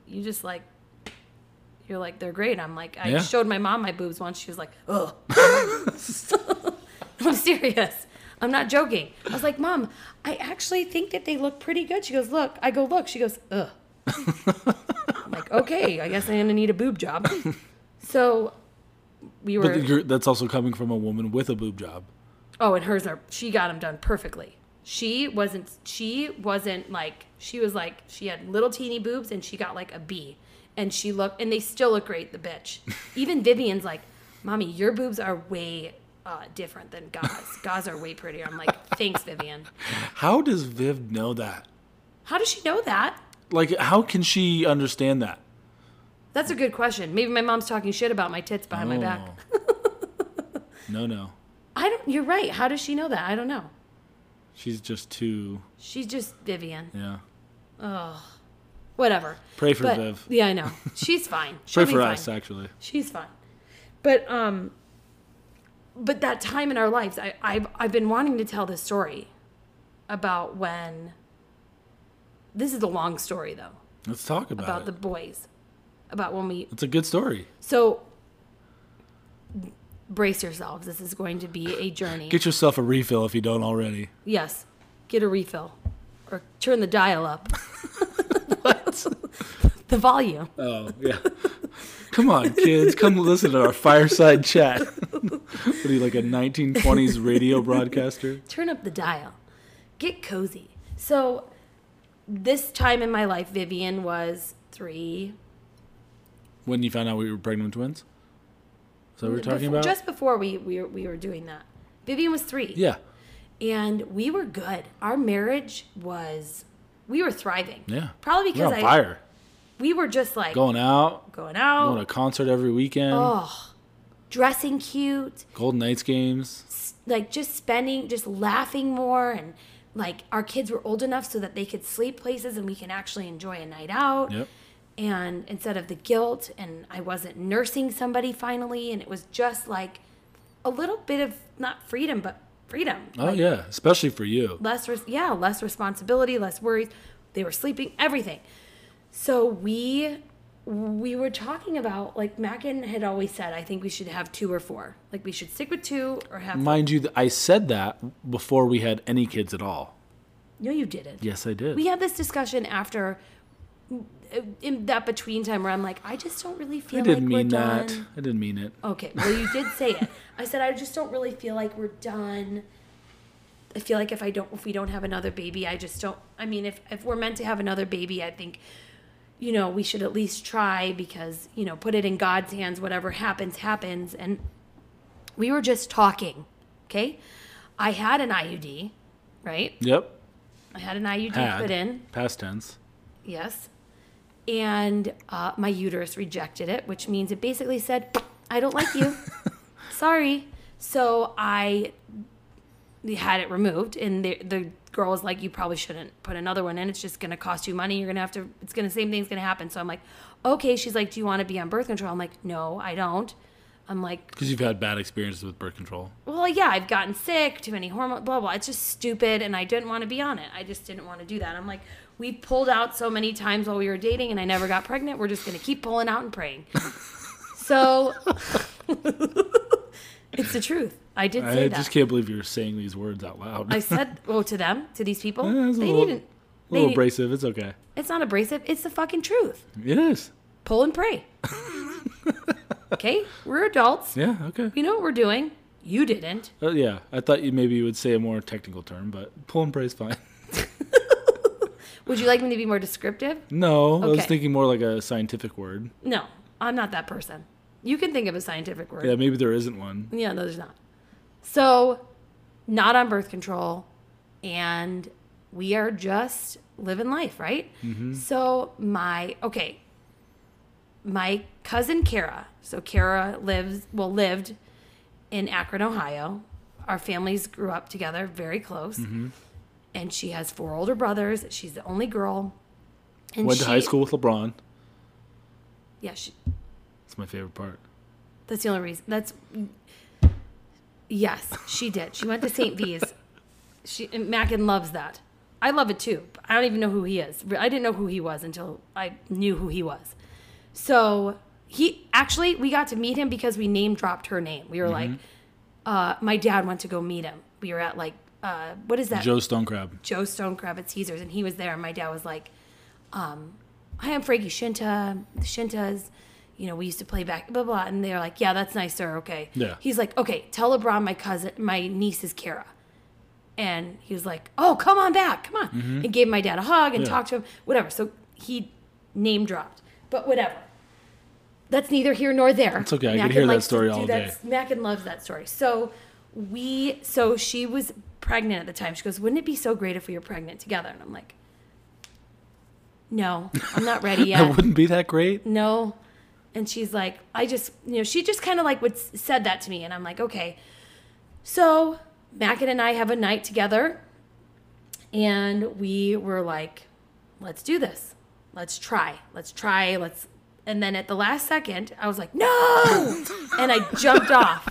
S1: you just like, You're like, they're great. I'm like, I
S2: Yeah.
S1: showed my mom my boobs once. She was like, ugh. I'm serious. I'm not joking. I was like, Mom, I actually think that they look pretty good. She goes, Look. I go, Look. She goes, Ugh. I'm like, Okay, I guess I'm going to need a boob job. So we were.
S2: But you're, that's also coming from a woman with a boob job.
S1: Oh, and hers are. She got them done perfectly. She wasn't. She wasn't like. She was like. She had little teeny boobs, and she got like a B. And she looked, and they still look great. The bitch. Even Vivian's like, "Mommy, your boobs are way uh, different than God's. God's are way prettier." I'm like, "Thanks, Vivian.
S2: How does Viv know that?
S1: How does she know that?"
S2: Like, how can she understand that?
S1: That's a good question. Maybe my mom's talking shit about my tits behind my back.
S2: Oh. no, no.
S1: I don't. You're right. How does she know that? I don't know.
S2: She's just too.
S1: She's just Vivian.
S2: Yeah.
S1: Whatever.
S2: Pray for
S1: But-
S2: Viv.
S1: Yeah, I know. She's fine. She'll
S2: Pray
S1: be
S2: for
S1: fine.
S2: us, actually.
S1: she's fine but um but that time in our lives I, I've, I've been wanting to tell this story about when this is a long story though
S2: Let's talk about,
S1: about
S2: it.
S1: the boys about when we
S2: It's a good story.
S1: so brace yourselves this is going to be a journey
S2: Get yourself a refill if you don't already.
S1: yes get a refill or turn the dial up the volume
S2: Oh, yeah. come on, kids. Come listen to our fireside chat. what are you, like a 1920s radio broadcaster?
S1: turn up the dial get cozy so this time in my life vivian was three
S2: When you found out we were pregnant twins? Is that what we're talking
S1: before-
S2: about?
S1: just before we, we were- we were doing that vivian was three
S2: yeah.
S1: and we were good our marriage was we were thriving
S2: Yeah.
S1: probably
S2: We're
S1: because
S2: on
S1: I,
S2: fire.
S1: we were just like going,
S2: Going out,
S1: out
S2: going to concert every weekend,
S1: Oh. dressing cute
S2: Golden Knights games.
S1: like just spending just laughing more and like our kids were old enough so that they could sleep places and we can actually enjoy a night out
S2: Yep.
S1: and instead of the guilt and i wasn't nursing somebody finally and it was just like a little bit of not freedom but freedom
S2: Oh, yeah. Especially for you.
S1: less res- yeah less responsibility less worries they were sleeping everything so we we were talking about like mackin had always said i think we should have two or four like we should stick with two or have
S2: Mind you, th- I said that before we had any kids at all.
S1: no you didn't
S2: Yes, I did.
S1: we had this discussion after in that between time where i'm like i just don't really feel
S2: I didn't
S1: like
S2: mean
S1: we're
S2: that.
S1: done
S2: I didn't mean it.
S1: Okay, well, you did say it. I said I just don't really feel like we're done. I feel like if I don't, if we don't have another baby, I just don't. I mean, if if we're meant to have another baby, I think, you know, we should at least try because you know, put it in God's hands. Whatever happens, happens. And we were just talking. Okay, I had an IUD, right?
S2: Yep.
S1: I had an IUD
S2: Had.
S1: put in.
S2: Past tense.
S1: Yes. And uh, my uterus rejected it, which means it basically said, I don't like you. Sorry. So I had it removed, and the, the girl was like, You probably shouldn't put another one in. It's just going to cost you money. You're going to have to, it's going to, same thing's going to happen. So I'm like, Okay. She's like, Do you want to be on birth control? I'm like, No, I don't. I'm like,
S2: Because you've had bad experiences with birth control.
S1: well, yeah, I've gotten sick, too many hormones, blah, blah. It's just stupid. And I didn't want to be on it. I just didn't want to do that. I'm like, we pulled out so many times while we were dating and I never got pregnant. We're just going to keep pulling out and praying. so it's the truth. I did say
S2: I
S1: that.
S2: just can't believe you're saying these words out loud.
S1: I said, well, to them, to these people,
S2: Yeah, it's a
S1: they
S2: little-
S1: didn't.
S2: a little
S1: they-
S2: abrasive. It's okay.
S1: It's not abrasive. It's the fucking truth.
S2: It is.
S1: Pull and pray. okay? We're adults.
S2: Yeah. Okay.
S1: We know what we're doing. You didn't.
S2: Uh, yeah. I thought you maybe you would say a more technical term, but pull and pray is fine.
S1: Would you like me to be more descriptive?
S2: No, I was
S1: Okay.
S2: thinking more like a scientific word.
S1: No, I'm not that person. You can think of a scientific word.
S2: Yeah, maybe there isn't one.
S1: Yeah, no, there's not. So, not on birth control, and we are just living life, right?
S2: Mm-hmm.
S1: So, my, okay, my cousin Kara, so Kara lives, well, lived in Akron, Ohio. Our families grew up together very close.
S2: Mm-hmm.
S1: And she has four older brothers. She's the only girl. And
S2: Went to high
S1: she-
S2: school with LeBron.
S1: Yeah, she,
S2: That's my favorite part.
S1: That's the only reason. That's yes, she did. She went to St. V's. She and Mackin loves that. I love it too. but I don't even know who he is. I didn't know who he was until I knew who he was. So He actually, we got to meet him because we name dropped her name. We were like, uh, my dad went to go meet him. We were at like, uh, what is that?
S2: Joe Stonecrab.
S1: Joe Stone Crab at Caesars, and he was there. And my dad was like, um, "Hi, I'm Frankie Shinta. The Shintas, you know, we used to play back, blah blah." And they're like, "Yeah, that's nice, sir. Okay."
S2: Yeah.
S1: He's like, "Okay, tell LeBron my cousin, my niece is Kara." And he was like, "Oh, come on back, come on," and gave my dad a hug and
S2: Mm-hmm. Yeah.
S1: talked to him, whatever. So he name dropped, but whatever. That's neither here nor there. It's
S2: okay, I could hear that story all day.
S1: Mackin loves that story. So we, so she was pregnant at the time. She goes, "Wouldn't it be so great if we were pregnant together?" And I'm like, "No, I'm not ready
S2: That
S1: yet.
S2: wouldn't be that great.
S1: no." And she's like, "I just, you know, she just kind of like would s- said that to me." And I'm like, "Okay." So Mackin and I have a night together, and we were like, "Let's do this. Let's try. Let's try. Let's." And then at the last second, I was like, "No!" and I jumped off.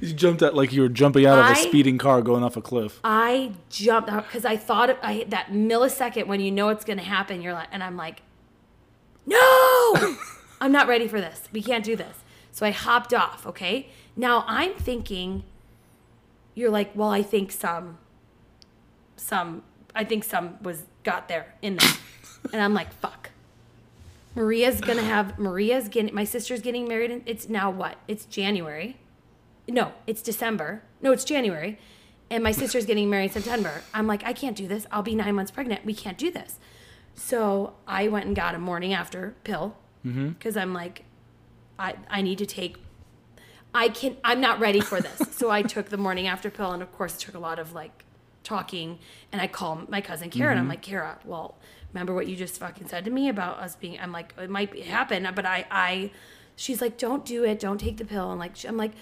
S2: You jumped out like you were jumping out of a
S1: I-
S2: speeding car going off a cliff.
S1: I jumped out because I thought it- I, that millisecond when you know it's going to happen, you're like, and I'm like, no, I'm not ready for this. We can't do this. So I hopped off. Okay. Now I'm thinking, you're like, well, I think some, some, I think some was got there in there. and I'm like, fuck. Maria's going to have, Maria's getting, my sister's getting married. And it's now what? It's January no, it's December. No, it's January. And my sister's getting married in September. I'm like, I can't do this. I'll be nine months pregnant. We can't do this. So I went and got a morning after pill because I'm like, I, I need to take, I can, I'm not ready for this. so I took the morning after pill. And of course, it took a lot of like talking. And I call my cousin Kara and I'm like, Kara, well, remember what you just fucking said to me about us being, I'm like, it might be, happen, but I, I, she's like, don't do it. Don't take the pill. And like, she- I'm like,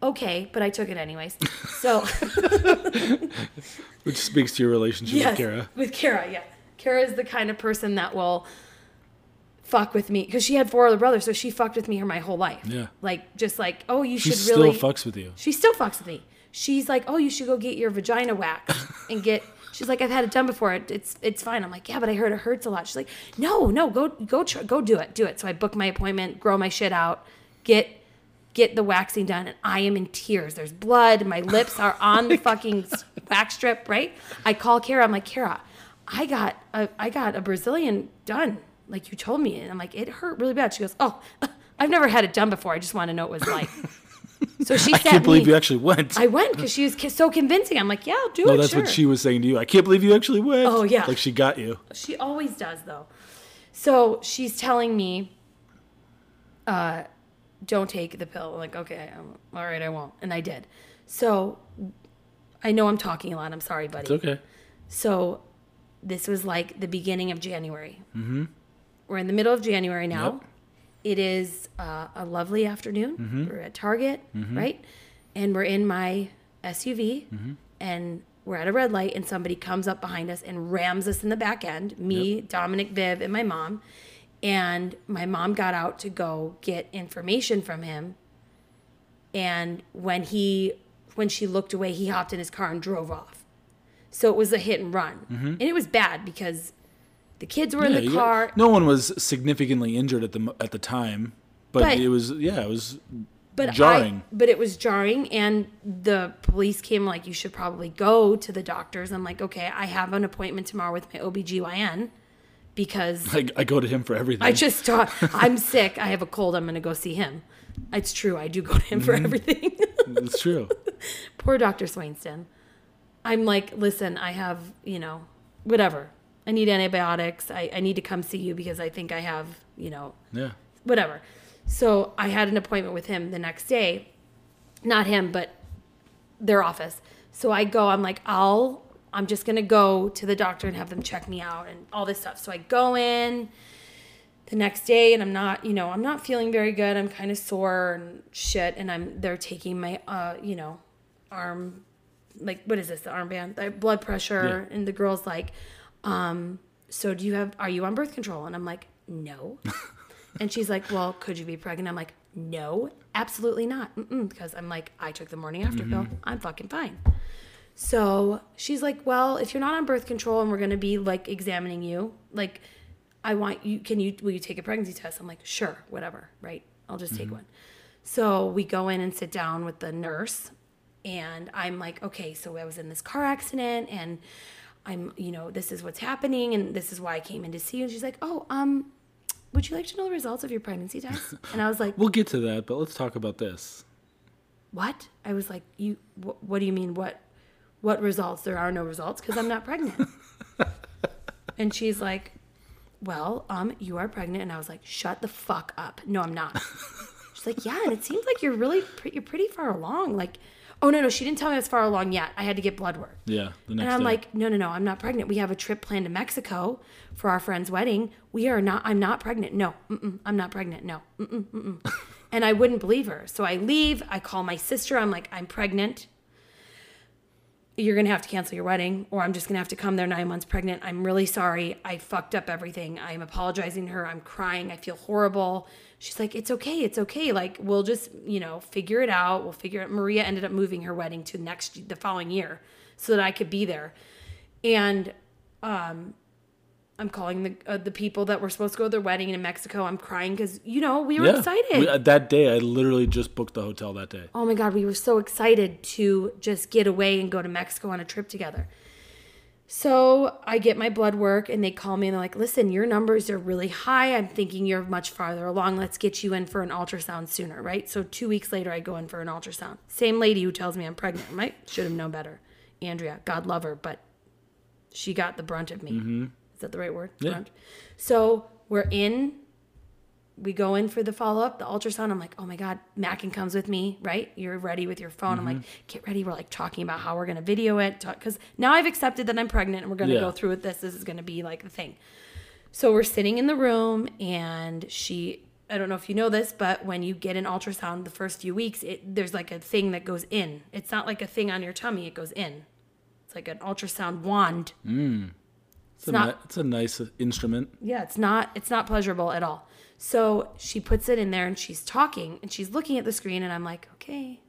S1: okay, but I took it anyways. So,
S2: Which speaks to your relationship
S1: yes,
S2: with Kara.
S1: with Kara, yeah. Kara is the kind of person that will fuck with me because she had four other brothers, so she fucked with me her my whole life.
S2: Yeah.
S1: Like, just like, oh, you
S2: She
S1: should
S2: still
S1: really.
S2: fucks with you.
S1: She still fucks with me. She's like, oh, you should go get your vagina waxed and get. She's like, I've had it done before. It, it's it's fine. I'm like, yeah, but I heard it hurts a lot. She's like, no, no, go go tr- go do it, do it. So I book my appointment, grow my shit out, get get the waxing done, and I am in tears. There's blood. My lips are on the
S2: Oh
S1: fucking s- wax strip. Right. I call Kara. I'm like, Kara, I got a, I got a Brazilian done like you told me, and I'm like, it hurt really bad. She goes, oh, I've never had it done before. I just want to know what it was like. So she
S2: I
S1: sent
S2: can't believe
S1: me.
S2: you actually went.
S1: I went because she was ki- so convincing. I'm like, yeah, I'll do
S2: no,
S1: it.
S2: that's
S1: sure.
S2: what she was saying to you. I can't believe you actually went.
S1: Oh, yeah.
S2: Like she got you.
S1: She always does though. So she's telling me, uh, don't take the pill. I'm like, okay, I'm, all right, I won't, and I did. So I know I'm talking a lot. I'm sorry, buddy.
S2: It's okay.
S1: So this was like the beginning of January. Mm-hmm. We're in the middle of January now.
S2: Yep.
S1: It is uh, a lovely afternoon. We're at Target, right? And we're in my SUV and we're at a red light and somebody comes up behind us and rams us in the back end, me, Dominic Viv, and my mom. And my mom got out to go get information from him. And when he when she looked away, he hopped in his car and drove off. So it was a hit and run. And it was bad because the kids were
S2: Mm-hmm. Yeah,
S1: in
S2: you
S1: the
S2: got-
S1: car.
S2: no one was significantly injured at the mo- at the time, but,
S1: But-
S2: it was yeah, it was
S1: but
S2: jarring.
S1: I, but it was jarring, and the police came like, "You should probably go to the doctors." I'm like, "Okay, I have an appointment tomorrow with my OBGYN because
S2: I, I go to him for everything.
S1: I just thought I'm sick. I have a cold. I'm gonna go see him." It's true. I do go to him for
S2: Mm-hmm.
S1: everything.
S2: it's true.
S1: Poor Doctor Swainston. I'm like, listen, I have you know whatever. I need antibiotics. I, I need to come see you because I think I have you know
S2: Yeah.
S1: whatever. So I had an appointment with him the next day. Not him, but their office. So I go, I'm like, I'll I'm just gonna go to the doctor and have them check me out and all this stuff. So I go in the next day and I'm not, you know, I'm not feeling very good. I'm kind of sore and shit. And I'm they're taking my uh, you know, arm like what is this, the armband, the blood pressure, and the girl's like, um, so do you have are you on birth control? And I'm like, No. And she's like, "Well, could you be pregnant?" I'm like, "No, absolutely not." Mm-mm, because I'm like, I took the morning after pill. I'm fucking fine. So she's like, "Well, if you're not on birth control and we're gonna be like examining you, like, I want you can you will you take a pregnancy test? I'm like, sure, whatever, right? I'll just take one. So we go in and sit down with the nurse and I'm like, okay, so I was in this car accident and I'm, you know, this is what's happening and this is why I came in to see you. And she's like, Oh, um, would you like to know the results of your pregnancy test? And I was like,
S2: We'll get to that, but let's talk about this.
S1: what? I was like, you, wh- what do you mean? What, what results? There are no results because I'm not pregnant. and she's like, well, um, you are pregnant. And I was like, shut the fuck up. No, I'm not. She's like, yeah. And it seems like you're really, pre- you're pretty far along. Like, oh no, no, she didn't tell me I was far along yet. I had to get blood work.
S2: Yeah, the
S1: And
S2: next
S1: I'm
S2: day.
S1: like, no, no, no, I'm not pregnant. We have a trip planned to Mexico for our friend's wedding. We are not, I'm not pregnant. No, mm-mm, I'm not pregnant. No, mm-mm, mm-mm. and I wouldn't believe her. So I leave. I call my sister. I'm like, I'm pregnant. You're going to have to cancel your wedding, or I'm just going to have to come there nine months pregnant. I'm really sorry. I fucked up everything. I'm apologizing to her. I'm crying. I feel horrible. She's like, it's okay. It's okay. Like, we'll just, you know, figure it out. We'll figure it. Maria ended up moving her wedding to next, the following year so that I could be there. And, um, I'm calling the uh, the people that were supposed to go to their wedding in Mexico. I'm crying because you know we were
S2: yeah.
S1: excited.
S2: We- uh, that day, I literally just booked the hotel that day.
S1: oh my god, we were so excited to just get away and go to Mexico on a trip together. So I get my blood work and they call me and they're like, "Listen, your numbers are really high. I'm thinking you're much farther along. Let's get you in for an ultrasound sooner, right?" So two weeks later, I go in for an ultrasound. Same lady who tells me I'm pregnant. Right? Should have known better. Andrea, God love her, but she got the brunt of me. Is that the right word?
S2: Mm-hmm. Yeah.
S1: Brunt. So we're in. We go in for the follow up, the ultrasound. I'm like, oh my God, Mackin comes with me, right? You're ready with your phone. I'm like,
S2: Mm-hmm.
S1: get ready. We're like talking about how we're going to video it. Because now I've accepted that I'm pregnant and we're going to
S2: Yeah.
S1: go through with this. This is going to be like the thing. So we're sitting in the room, and she, I don't know if you know this, but when you get an ultrasound the first few weeks, it, there's like a thing that goes in. It's not like a thing on your tummy, it goes in. It's like an ultrasound wand.
S2: It's, a,
S1: not-
S2: ni- it's a nice uh, instrument.
S1: Yeah, it's not it's not pleasurable at all. So she puts it in there and she's talking and she's looking at the screen and I'm like, "Okay.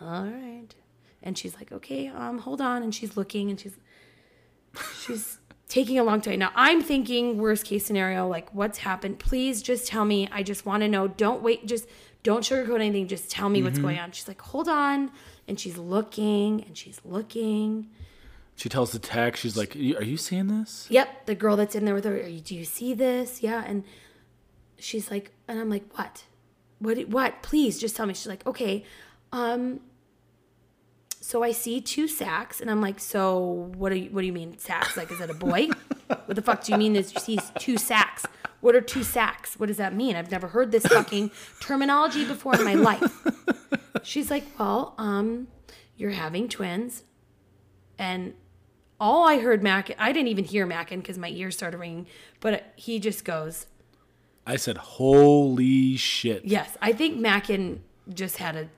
S1: All right." And she's like, "Okay, um hold on." And she's looking and she's she's taking a long time. Now I'm thinking worst case scenario like what's happened? Please just tell me. I just want to know. Don't wait. Just don't sugarcoat anything. Just tell me what's going on. She's like, "Hold on." And she's looking and she's looking.
S2: She tells the tech, she's like, "You- Are you seeing this?
S1: Yep, the girl that's in there with her. "Are you- Do you see this? Yeah, and she's like, and I'm like, what? What? What? Please, just tell me. She's like, okay. Um. So I see two sacks, and I'm like, so what? Do you, what do you mean sacks? Like, is that a boy? what the fuck do you mean? Is you see two sacks? What are two sacks? What does that mean? I've never heard this fucking terminology before in my life. She's like, well, um, you're having twins, and all I heard Mac, I didn't even hear Mackin because my ears started ringing, but he just goes,
S2: I said, Holy shit.
S1: Yes, I think Mackin just had a,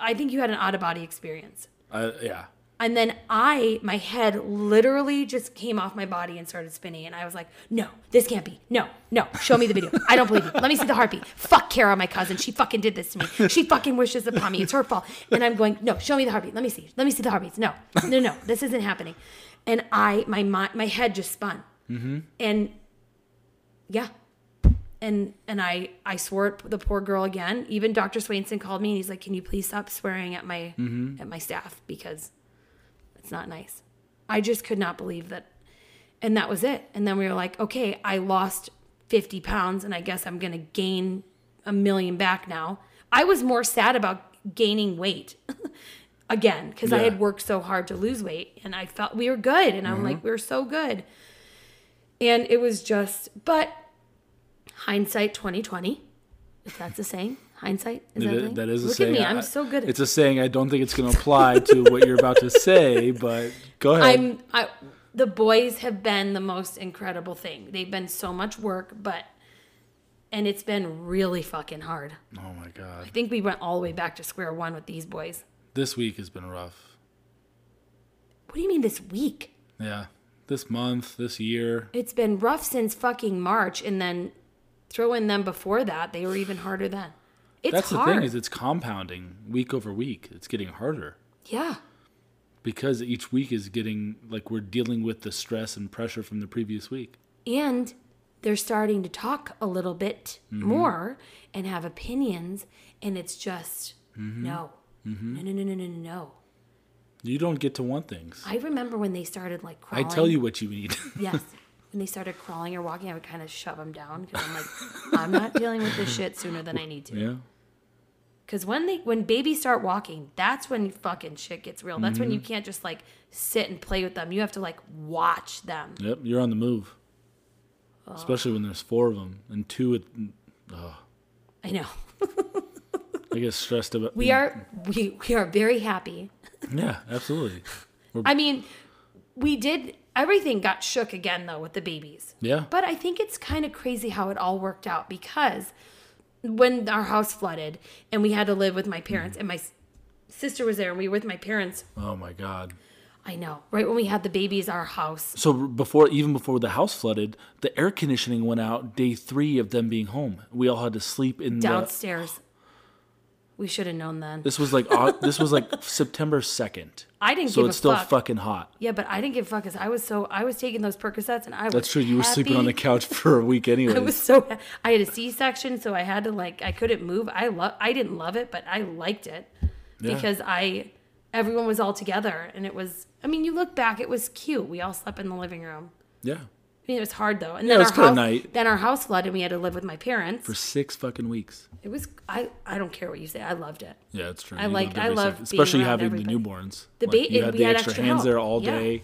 S1: I think you had an out of body experience.
S2: I, yeah.
S1: And then I, my head literally just came off my body and started spinning. And I was like, no, this can't be. No, no, show me the video. I don't believe you. Let me see the heartbeat. Fuck Kara, my cousin. She fucking did this to me. She fucking wishes upon me. It's her fault. And I'm going, no, show me the heartbeat. Let me see. Let me see the heartbeats. No, no, no, this isn't happening. And I, my, my, my head just spun. And yeah, and and I I swore at the poor girl again. Even Dr. Swainson called me and he's like, "Can you please stop swearing at my at my staff because it's not nice." I just could not believe that, and that was it. And then we were like, "Okay, I lost fifty pounds, and I guess I'm gonna gain a million back now." I was more sad about gaining weight again because I
S2: Yeah.
S1: had worked so hard to lose weight, and I felt we were good, and I'm like, "We we're so good," and it was just, but hindsight 2020 if that's a saying hindsight is that, a
S2: That-
S1: thing?
S2: that is a
S1: look
S2: saying.
S1: at me i'm
S2: I-
S1: so good at
S2: It's a saying. I don't think it's going to apply to what you're about to say, but go ahead.
S1: i'm i the boys have been the most incredible thing they've been so much work but and it's been really fucking hard i
S2: oh my god,
S1: think we went all the way back to square one with these boys
S2: this week has been rough.
S1: what do you mean this week
S2: Yeah, this month, this year.
S1: it's been rough since fucking march and then throw in them before that they were even harder then it's
S2: That's
S1: hard
S2: the thing is, it's compounding week over week. It's getting harder
S1: yeah
S2: because each week is getting like we're dealing with the stress and pressure from the previous week.
S1: And they're starting to talk a little bit
S2: Mm-hmm.
S1: more and have opinions, and it's just
S2: Mm-hmm.
S1: no. no, no, no, no, no, no, no.
S2: You don't get to want things.
S1: I remember when they started like
S2: I
S1: crawling.
S2: tell you what you need.
S1: Yes. When they started crawling or walking, I would kind of shove them down because I'm like, I'm not dealing with this shit sooner than I need to.
S2: yeah.
S1: Because when they when babies start walking, that's when fucking shit gets real. That's when
S2: Mm-hmm.
S1: you can't just like sit and play with them. You have to like watch them.
S2: Yep. You're on the move. Especially when there's four of them and two with. Oh,
S1: I know.
S2: I get stressed about.
S1: We are we we are very happy.
S2: Yeah, absolutely.
S1: I mean, we did everything got shook again though with the babies.
S2: Yeah.
S1: But I think it's kind of crazy how it all worked out because when our house flooded and we had to live with my parents and my s- sister was there and we were with my parents.
S2: Oh my God.
S1: I know. Right when we had the babies, our house.
S2: So before, even before the house flooded, the air conditioning went out. Day three of them being home, we all had to sleep in the.
S1: downstairs. We should have known then.
S2: This was like Au- this was like September second.
S1: I didn't
S2: So
S1: give
S2: it's
S1: a
S2: still
S1: fuck.
S2: fucking hot.
S1: yeah, but I didn't give a fuck because I was so I was taking those Percocets and I was.
S2: That's true. You were sleeping on the
S1: happy.
S2: couch for a week anyway.
S1: I was so I had a C section, so I had to like I couldn't move. I love I didn't love it, but I liked it
S2: Yeah.
S1: because I everyone was all together and it was. I mean, you look back, it was cute. We all slept in the living room.
S2: yeah.
S1: I mean, it was hard though. And
S2: Yeah,
S1: then
S2: it was
S1: our
S2: for a
S1: house,
S2: night.
S1: then our house flooded, and we had to live with my parents.
S2: For six fucking weeks.
S1: It was I. I don't care what you say. I loved it.
S2: Yeah, it's true.
S1: I like-
S2: loved
S1: I
S2: every
S1: love
S2: second.
S1: being
S2: especially
S1: around
S2: having
S1: everybody.
S2: the newborns.
S1: The
S2: Like,
S1: ba-
S2: you
S1: and
S2: had
S1: we
S2: the
S1: had
S2: extra,
S1: extra
S2: hands
S1: help.
S2: there all
S1: Yeah.
S2: day.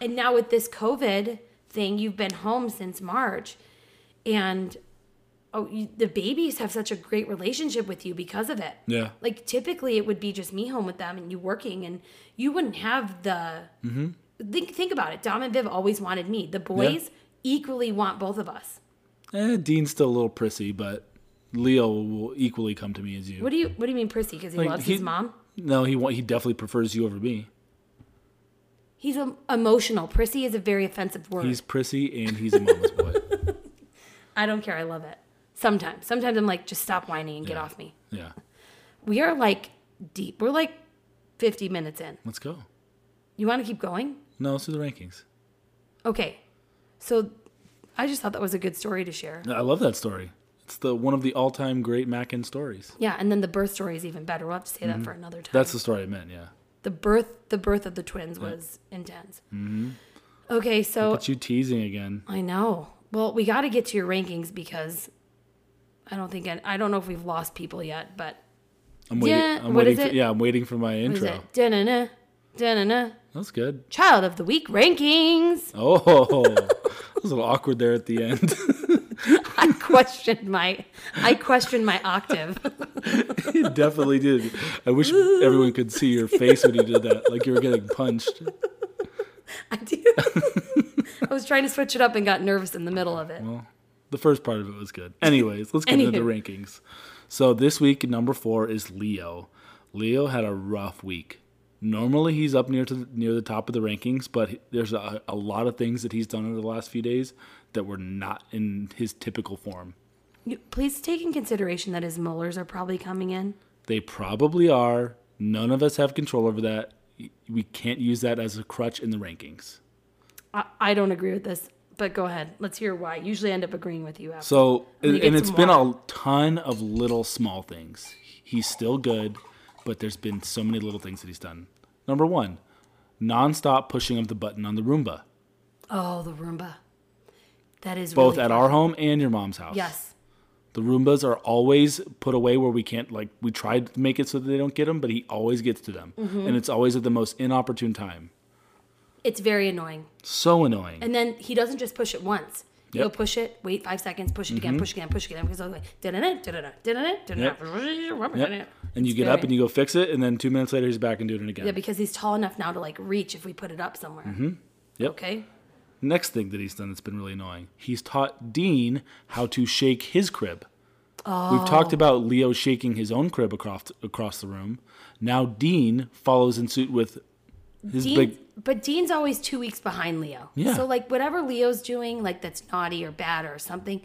S1: And now with this COVID thing, you've been home since March, and oh, you, the babies have such a great relationship with you because of it.
S2: Yeah.
S1: Like typically, it would be just me home with them and you working, and you wouldn't have the.
S2: Mm-hmm.
S1: Think think about it. Dom and Viv always wanted me. The boys equally want both of us.
S2: Eh, Dean's still a little prissy, but Leo will equally come to me as you.
S1: What do you What do you mean, prissy? Because he
S2: Like,
S1: loves
S2: he-
S1: his mom.
S2: No, he wa- he definitely prefers you over me.
S1: He's um emotional. Prissy is a very offensive word.
S2: He's prissy and he's a mama's boy.
S1: I don't care. I love it. Sometimes, sometimes I'm like, just stop whining and get
S2: Yeah.
S1: off me.
S2: Yeah,
S1: We are like deep. We're like 50 minutes in.
S2: let's go.
S1: You want to keep going?
S2: No, let's do the rankings.
S1: Okay. So I just thought that was a good story to share.
S2: I love that story. It's the one of the all-time great Mackin stories.
S1: Yeah, and then the birth story is even better. We'll have to say that for another time.
S2: Mm-hmm. That's the story I meant. Yeah,
S1: the birth the birth of the twins was intense. Okay, so
S2: Mm-hmm. but you teasing again.
S1: I know. Well, we got to get to your rankings because I don't think I, I don't know if we've lost people yet, but
S2: I'm waiting.
S1: Yeah,
S2: I'm
S1: what
S2: waiting
S1: is
S2: For,
S1: it?
S2: yeah, I'm waiting for my
S1: what is
S2: intro.
S1: it? Da-na-na, da-na-na.
S2: That's good.
S1: Child of the week rankings.
S2: Oh, that was a little awkward there at the end.
S1: I questioned my I questioned my octave.
S2: You definitely did. I wish everyone could see your face when you did that. Like you were getting punched.
S1: I do. I was trying to switch it up and got nervous in the middle of it.
S2: Well, the first part of it was good. Anyways, let's get into the
S1: Anywho.
S2: rankings. So this week, number four is Leo. Leo had a rough week. Normally, he's up near to the, near the top of the rankings, but he- there's a, a lot of things that he's done over the last few days that were not in his typical form.
S1: You- Please take in consideration that his molars are probably coming in.
S2: They probably are. None of us have control over that. We can't use that as a crutch in the rankings.
S1: I, I don't agree with this, but go ahead. Let's hear why. Usually I end up agreeing with you. After.
S2: So,
S1: gonna
S2: and,
S1: get
S2: and it's
S1: some
S2: been a ton of little small things. He's still good, but there's been so many little things that he's done. Number one, nonstop pushing of the button on the Roomba,
S1: oh, the Roomba. That is
S2: both
S1: really
S2: at our home and your mom's house.
S1: Yes.
S2: The Roombas are always put away where we can't, like, we tried to make it so that they don't get them, but he always gets to them.
S1: Mm-hmm.
S2: And it's always at the most inopportune time.
S1: It's very annoying.
S2: So annoying.
S1: And then he doesn't just push it once. He'll
S2: Yep. Mm-hmm.
S1: push it, wait five seconds, push it again, push it again, push it again, because I was like, da-da-da, da-da-da, da-da-da, da-da-da,
S2: Yep. And you get up and you go fix it, and then two minutes later he's back and doing it again.
S1: Yeah, because he's tall enough now to like reach if we put it up somewhere.
S2: Mm-hmm. Yep.
S1: Okay.
S2: Next thing that he's done that's been really annoying, he's taught Dean how to shake his crib.
S1: Oh.
S2: We've talked about Leo shaking his own crib across across the room. Now Dean follows in suit with his
S1: Dean's,
S2: big
S1: but Dean's always two weeks behind Leo.
S2: Yeah.
S1: So like whatever Leo's doing, like that's naughty or bad or something,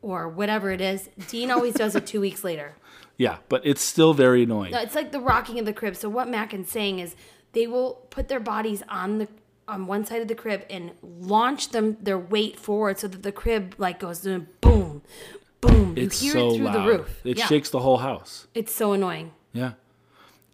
S1: or whatever it is, Dean always does it two weeks later.
S2: yeah, but it's still very annoying.
S1: No, It's like the rocking of the crib. So what Mackin's saying is they will put their bodies on the on one side of the crib and launch them their weight forward so that the crib like goes boom, boom. You
S2: It's
S1: hear
S2: so
S1: it through
S2: loud.
S1: the roof.
S2: It
S1: yeah.
S2: shakes the whole house.
S1: It's so annoying.
S2: Yeah.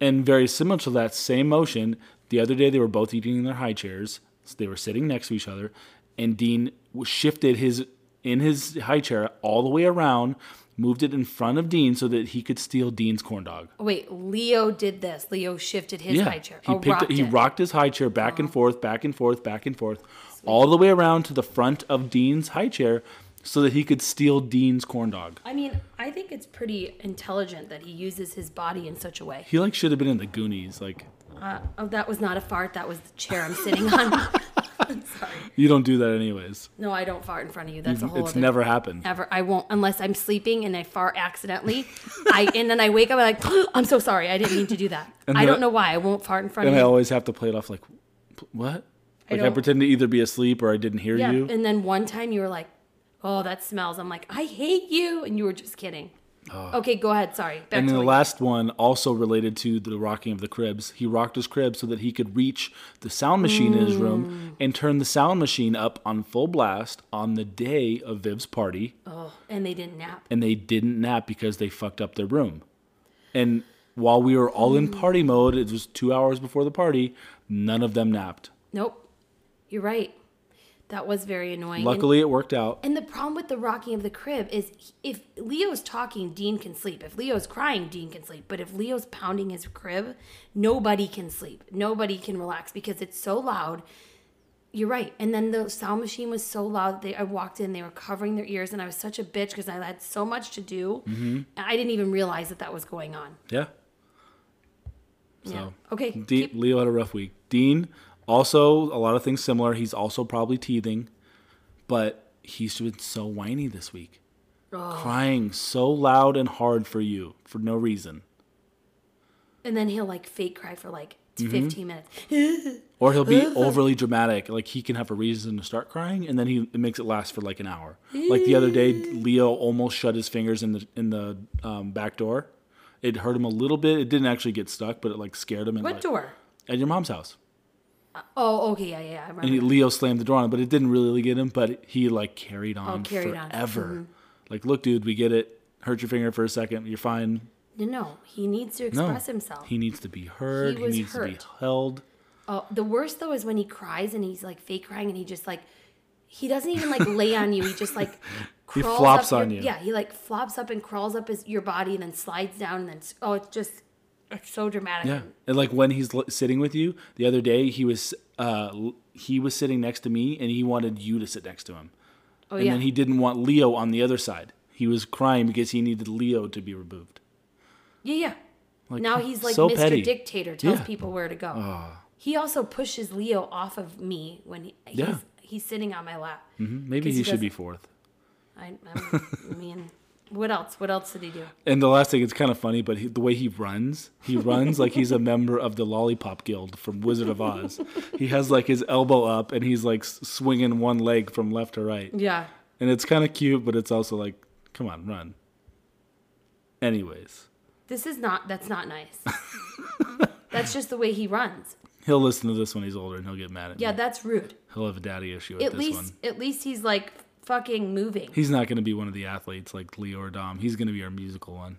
S2: And very similar to that same motion, the other day they were both eating in their high chairs. So they were sitting next to each other, and Dean w- shifted his in his high chair all the way around, moved it in front of Dean so that he could steal Dean's corn dog.
S1: Oh, Wait, Leo did this. Leo shifted his high chair.
S2: He
S1: oh,
S2: picked
S1: rocked
S2: it, he
S1: it.
S2: rocked his high chair back and forth, back and forth, back and forth, all the way around to the front of Dean's high chair so that he could steal Dean's corn dog.
S1: I mean, I think it's pretty intelligent that he uses his body in such a way.
S2: He like should have been in the Goonies. Like
S1: Uh, oh, that was not a fart. That was the chair I'm sitting on.
S2: you don't do that anyways.
S1: no, I don't fart in front of you. That's a whole
S2: It's
S1: other
S2: never happened.
S1: ever. I won't unless I'm sleeping and I fart accidentally. I and then I wake up I'm like I'm so sorry. I didn't mean to do that.
S2: And
S1: I
S2: then-
S1: don't know why. I won't fart in front
S2: And
S1: of
S2: I
S1: you.
S2: always have to play it off like, "P- what?
S1: I
S2: Like I,
S1: don't-
S2: pretend to either be asleep or I didn't hear
S1: yeah.
S2: you.
S1: And then one time you were like, "Oh, that smells." I'm like, "I hate you," and you were just kidding. Okay, go ahead. Sorry. Back
S2: Oh. And
S1: to
S2: then the
S1: what you-
S2: last one, also related to the rocking of the cribs, he rocked his crib so that he could reach the sound machine in his
S1: Mm.
S2: room and turn the sound machine up on full blast on the day of Viv's party.
S1: Oh, and they didn't nap.
S2: And they didn't nap because they fucked up their room. And while we were all
S1: Mm.
S2: in party mode, it was two hours before the party, none of them napped.
S1: Nope. You're right. That was very annoying. And-
S2: Luckily, it worked out.
S1: And the problem with the rocking of the crib is if Leo's talking, Dean can sleep. If Leo's crying, Dean can sleep. But if Leo's pounding his crib, nobody can sleep. Nobody can relax because it's so loud. You're right. And then the sound machine was so loud that they, I walked in, they were covering their ears, and I was such a bitch because I had so much to do.
S2: Mm-hmm.
S1: And I didn't even realize that that was going on.
S2: Yeah.
S1: yeah.
S2: So,
S1: Okay.
S2: Dean,
S1: keep-
S2: Leo had a rough week. Dean also a lot of things similar. He's also probably teething, but he's been so whiny this week, crying so loud and hard for you for no reason.
S1: and then he'll like fake cry for like
S2: Mm-hmm.
S1: 15 minutes.
S2: Or he'll be overly dramatic. Like he can have a reason to start crying, and then he it makes it last for like an hour. Like the other day, Leo almost shut his fingers in the in the um, back door. It hurt him a little bit. It didn't actually get stuck, but it like scared him. And,
S1: What
S2: like-
S1: door?
S2: At your mom's house.
S1: Oh, okay. Yeah, yeah, yeah. I remember.
S2: and he, Leo slammed the door on him, but it didn't really get him. But he like carried on
S1: Oh, carried on. Mm-hmm.
S2: forever. Like, look, dude, we get it. Hurt your finger for a second. You're fine.
S1: No, no, he needs to
S2: No,
S1: express himself.
S2: He needs to be heard. He,
S1: was
S2: needs to be
S1: hurt.
S2: held.
S1: oh, the worst though is when he cries and he's like fake crying and he just like he doesn't even like lay on you. He just like
S2: He
S1: crawls
S2: flops
S1: up
S2: on
S1: your-
S2: you.
S1: Yeah, he like flops up and crawls up his your body and then slides down and then s- oh, it's just it's so dramatic.
S2: Yeah, and like when he's l- sitting with you, the other day he was uh, l- he was sitting next to me, and he wanted you to sit next to him,
S1: Oh
S2: and
S1: yeah.
S2: then he didn't want Leo on the other side. He was crying because he needed Leo to be removed.
S1: yeah, yeah.
S2: Like,
S1: now he's like
S2: so
S1: Mr.
S2: petty.
S1: Dictator tells
S2: Yeah.
S1: people where to go. He also pushes Leo off of me when he, he's
S2: Yeah. Hmm.
S1: he's sitting on my lap.
S2: Maybe
S1: 'Cause
S2: he,
S1: he
S2: should be
S1: doesn't-
S2: fourth.
S1: I, I'm, I mean, what else? What else did he do?
S2: And the last thing, it's kind of funny, but he, the way he runs, he runs like he's a member of the Lollipop Guild from Wizard of Oz. he has like his elbow up and he's like s- swinging one leg from left to right.
S1: Yeah.
S2: And it's kind of cute, but it's also like, come on, run. Anyways,
S1: This is not. That's not nice. that's just the way he runs.
S2: he'll listen to this when he's older and he'll get mad at
S1: Yeah,
S2: me.
S1: that's rude.
S2: He'll have a daddy issue with
S1: At
S2: this
S1: least,
S2: one.
S1: at least he's like fucking moving.
S2: He's not going to be one of the athletes like Leo or Dom. He's going to be our musical one.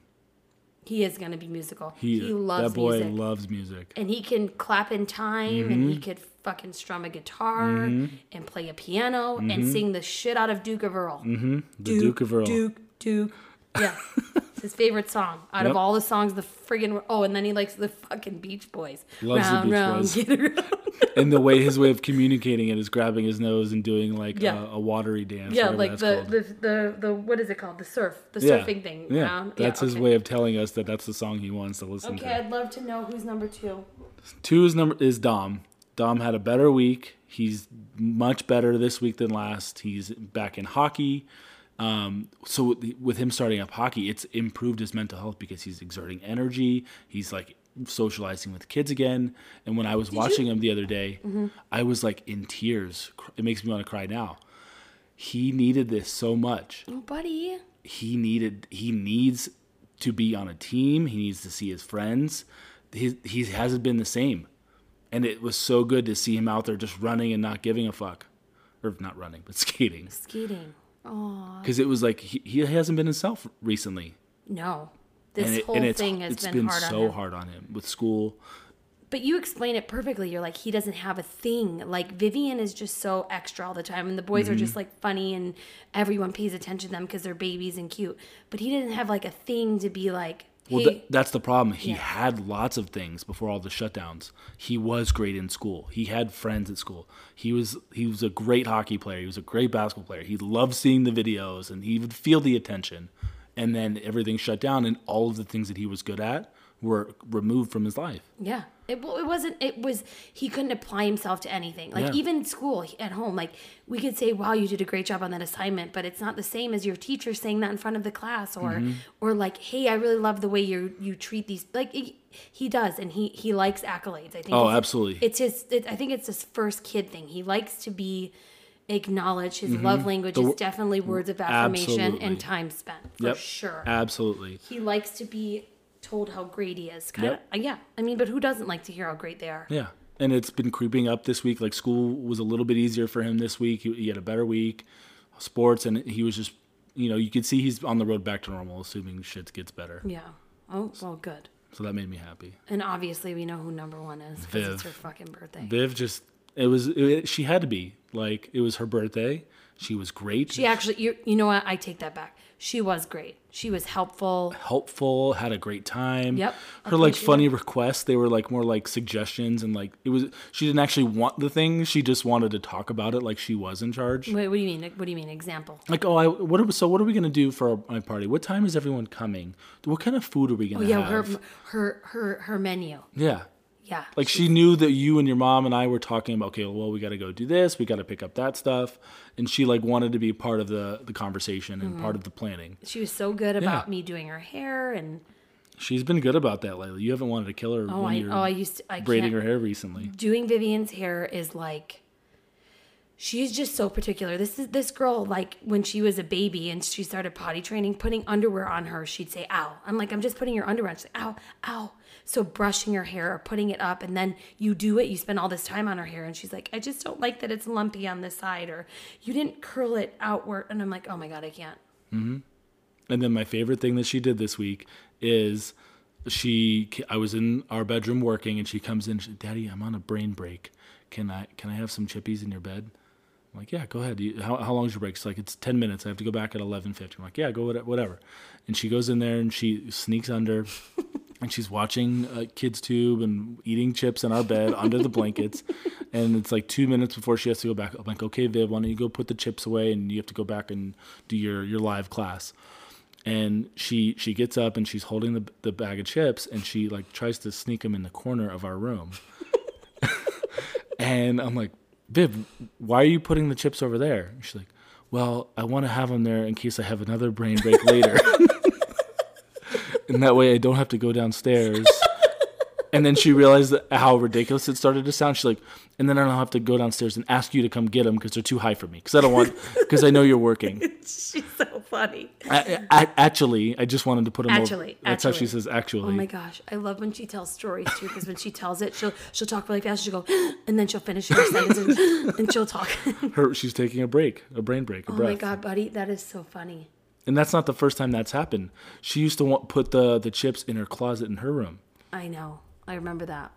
S1: He is gonna be musical.
S2: He,
S1: He, loves
S2: that boy
S1: music,
S2: loves music.
S1: and he can clap in time, and he
S2: Mm-hmm.
S1: could fucking strum a guitar and play a piano and sing the shit out of Duke of Earl.
S2: Mm-hmm. The Duke, of Earl.
S1: Duke, Duke. Yeah, it's his favorite song out
S2: Yep.
S1: of all the songs. The friggin' oh, and then he likes the fucking Beach Boys.
S2: Loves the Beach Boys.
S1: get around.
S2: and the way his way of communicating it is grabbing his nose and doing like
S1: Yeah.
S2: a, a watery dance.
S1: Yeah,
S2: whatever
S1: like
S2: that's
S1: the,
S2: called.
S1: the the the what is it called? The surf, the
S2: Yeah.
S1: surfing thing.
S2: Yeah,
S1: round.
S2: that's his
S1: okay.
S2: way of telling us that that's the song he wants to listen
S1: Okay,
S2: to.
S1: I'd love to know who's number two.
S2: Two is number is Dom. Dom had a better week. He's much better this week than last. He's back in hockey. Um, so with, with him starting up hockey, it's improved his mental health because he's exerting energy. He's like socializing with kids again. And when I was watching him the other day, I was like in tears. Cr- It makes me want to cry now. He needed this so much
S1: Oh, buddy.
S2: he needed he needs to be on a team he needs to see his friends he, he hasn't been the same And it was so good to see him out there just running and not giving a fuck. Or not running, but skating.
S1: Skating. Oh
S2: Because it was like he, he hasn't been himself recently.
S1: no, this
S2: and it,
S1: whole
S2: and it's,
S1: thing has
S2: it's
S1: been, hard
S2: so
S1: on him.
S2: hard on him with school.
S1: But you explain it perfectly. You're like, he doesn't have a thing. Like, Vivian is just so extra all the time. And the boys are
S2: Mm-hmm.
S1: just like funny and everyone pays attention to them because they're babies and cute. But he didn't have like a thing to be like, hey,
S2: Well, tha- that's the problem. He
S1: Yeah.
S2: had lots of things before all the shutdowns. He was great in school. He had friends at school. He was he was a great hockey player. He was a great basketball player. He loved seeing the videos and he would feel the attention. And then everything shut down, and all of the things that he was good at were removed from his life.
S1: yeah. It, well, it wasn't, it was, he couldn't apply himself to anything. Like,
S2: Yeah.
S1: even school he- at home, like, we could say, wow, you did a great job on that assignment. But it's not the same as your teacher saying that in front of the class or,
S2: Mm-hmm.
S1: or like, hey, I really love the way you you treat these. Like, it, he does. And he, he likes accolades. I think
S2: Oh,
S1: it's-
S2: absolutely.
S1: it's his it, i think it's his first kid thing he likes to be acknowledged his love language
S2: Mm-hmm. The
S1: is
S2: wo-
S1: definitely words of affirmation
S2: Absolutely.
S1: and time spent for
S2: yep,
S1: sure
S2: absolutely.
S1: he likes to be told how great he is kind
S2: Yep.
S1: of yeah i mean but who doesn't like to hear how great they are
S2: Yeah. And it's been creeping up this week. Like school was a little bit easier for him this week. He, he had a better week, sports, and he was just, you know, you could see he's on the road back to normal, assuming shit gets better.
S1: yeah oh well good
S2: So that made me happy.
S1: and obviously we know who number one is because it's
S2: Viv.
S1: her fucking birthday
S2: Viv just, it was, it, she had to be. Like, it was her birthday. She was great,
S1: she actually you, you know what i take that back she was great she was helpful
S2: helpful, had a great time.
S1: Yep.
S2: Her, like,
S1: Appreciate
S2: funny requests, they were, like, more like suggestions. And, like, it was, she didn't actually want the thing. She just wanted to talk about it like she was in charge.
S1: Wait, what do you mean what do you mean example
S2: like oh I what are, so what are we gonna do for our, my party? What time is everyone coming? What kind of food are we gonna
S1: Oh, yeah her
S2: have?
S1: her her her menu
S2: yeah,
S1: yeah
S2: like she knew that you and your mom and I were talking about okay, well we gotta go do this, we gotta pick up that stuff, and she like wanted to be part of the the conversation and
S1: Mm-hmm.
S2: part of the planning.
S1: she was so good about
S2: Yeah.
S1: me doing her hair and
S2: She's been good about that lately. You haven't wanted to kill her
S1: oh
S2: when
S1: I,
S2: you're
S1: oh I used to I
S2: braiding
S1: can't
S2: her hair recently.
S1: doing Vivian's hair is like she's just so particular. This is this girl like when she was a baby and she started potty training, putting underwear on her, she'd say ow. I'm like I'm just putting your underwear on. She's like ow ow. So brushing her hair or putting it up and then you do it. You spend all this time on her hair and she's like I just don't like that it's lumpy on this side or you didn't curl it outward and I'm like oh my god I can't.
S2: And then my favorite thing that she did this week is she I was in our bedroom working and she comes in she, daddy I'm on a brain break can I can I have some chippies in your bed I'm like yeah go ahead you, how how long's your break she's like it's 10 minutes I have to go back at 11:50 I'm like yeah go whate- whatever and she goes in there and she sneaks under and she's watching uh, kids tube and eating chips in our bed under the blankets and it's like two minutes before she has to go back i'm like okay viv why don't you go put the chips away and you have to go back and do your, your live class and she she gets up and she's holding the, the bag of chips and she like tries to sneak them in the corner of our room and i'm like viv why are you putting the chips over there And she's like well i want to have them there in case i have another brain break later and that way I don't have to go downstairs. and then she realized that how ridiculous it started to sound. She's like, and then I don't have to go downstairs and ask you to come get them because they're too high for me. Because I don't want, because I know you're working.
S1: She's so funny.
S2: I, I, actually, I just wanted to put them.
S1: Actually,
S2: over. that's how she
S1: actually.
S2: says. Actually,
S1: Oh my gosh, I love when she tells stories too, because when she tells it, she'll she'll talk really fast. She'll go, and then she'll finish her sentence, and, and she'll talk.
S2: her she's taking a break, a brain break, a
S1: Oh
S2: breath.
S1: my god, buddy, that is so funny.
S2: And that's not the first time that's happened. She used to want, put the the chips in her closet in her room.
S1: I know, I remember that.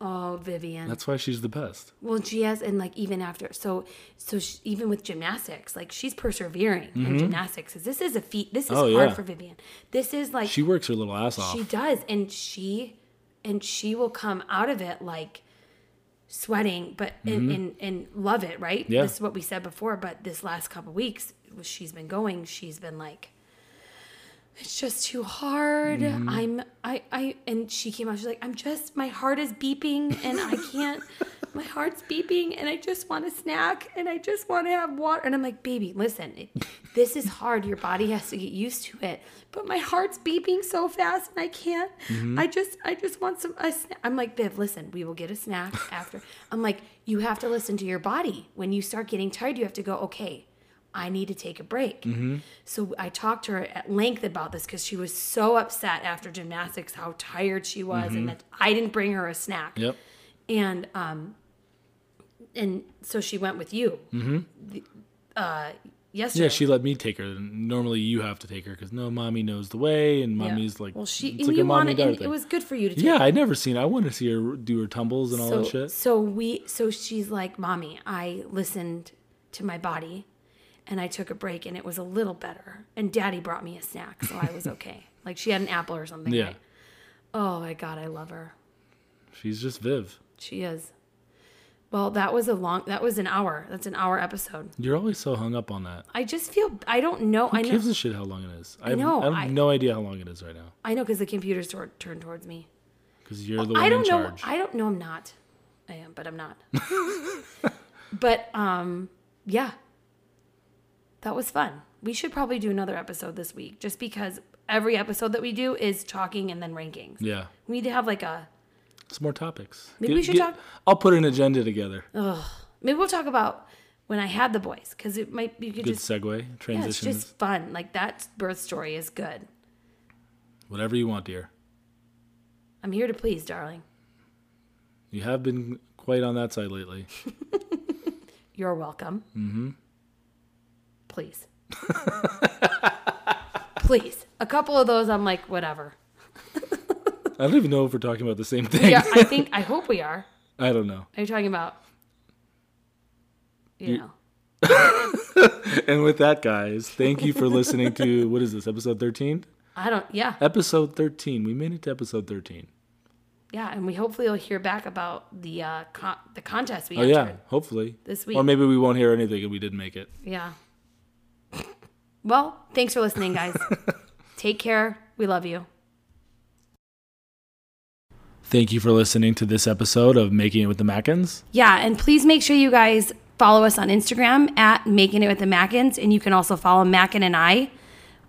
S1: Oh, Vivian.
S2: That's why she's the best.
S1: well, she has, and like even after, so so she, even with gymnastics, like she's persevering in gymnastics. 'cause this is a feat. This is
S2: Mm-hmm. Oh,
S1: hard
S2: yeah.
S1: for Vivian. This is like
S2: She works her little ass off.
S1: She does, and she and she will come out of it like sweating, but and, and and love it, right?
S2: Mm-hmm. Yeah.
S1: This is what we said before, but this last couple weeks, she's been going. She's been like, it's just too hard. I'm I I and she came out. She's like, I'm just my heart is beeping, and I can't. My heart's beeping, and I just want a snack, and I just want to have water. And I'm like, baby, listen, it- this is hard. Your body has to get used to it. But my heart's beeping so fast, and I can't. I just I just want some a snack. I'm like, Viv, listen, we will get a snack after. I'm like, you have to listen to your body. When you start getting tired, you have to go, okay. I need to take a break. So I talked to her at length about this because she
S2: Mm-hmm.
S1: was so upset after gymnastics how tired she was and that I didn't bring her a snack.
S2: Yep.
S1: and um, and so she went with you. Mm-hmm. uh, yesterday.
S2: Yeah, she let me take her. Normally, you have to take her because no, mommy knows the way, and mommy's like,
S3: Well, she-
S2: it's
S1: and
S2: like a
S1: you
S2: mom
S1: wanted,
S2: and
S1: and
S2: daughter
S1: it
S2: thing.
S1: was good for you to take
S2: Yeah, I never seen. It. I want to see her do her tumbles and all
S1: so,
S2: that shit.
S1: So we so she's like, Mommy, I listened to my body and I took a break and it was a little better. And daddy brought me a snack, so I was okay. like she had an apple or something.
S2: Yeah,
S1: right? Oh my god, I love her.
S2: she's just Viv.
S1: She is. Well, that was a long that was an hour. That's an hour episode.
S2: You're always so hung up on that.
S1: I just feel I don't know. I
S2: Who
S1: know
S2: gives a shit how long it is? I, have-
S1: know,
S2: I have
S1: I-
S2: no idea how long it is right now
S1: I know because the computer's tor- turned towards me.
S2: because you're the one
S1: I don't
S2: in
S1: know.
S2: charge.
S1: I don't know. I'm not. I am, but I'm not. but um, yeah, that was fun. We should probably do another episode this week, just because every episode that we do is talking and then rankings.
S2: yeah,
S1: We need to have like a
S2: some more topics.
S1: Maybe we should talk- Oh,
S2: I'll put an agenda together.
S1: maybe we'll talk about when I had the boys because it might you could
S2: Good
S1: just
S2: segue
S1: yeah, it's
S2: transitions.
S1: just fun. Like that birth story is good.
S2: Whatever you want, dear.
S1: I'm here to please, darling.
S2: You have been quite on that side lately.
S1: You're welcome. Mm-hmm. Please. Please. A couple of those, I'm like, whatever.
S2: I don't even know if we're talking about the same thing.
S1: Yeah, I think, I hope we are.
S2: I don't know.
S1: Are you talking about, you,
S2: You-
S1: know,
S2: And with that, guys, thank you for listening to what is this episode thirteen?
S1: I don't, yeah,
S2: Episode thirteen. We made it to episode thirteen.
S1: yeah. And we hopefully will hear back about the, uh, con- the contest we
S2: Oh yeah,
S1: entered.
S2: hopefully
S1: This
S2: Or
S1: week.
S2: maybe we won't hear anything and we did make it.
S1: Yeah. Well, thanks for listening, guys. Take care. We love you.
S2: Thank you for listening to this episode of Making It with the Mackins.
S1: Yeah, and please make sure you guys follow us on Instagram at Making It with the Mackins, and you can also follow Mackin and I.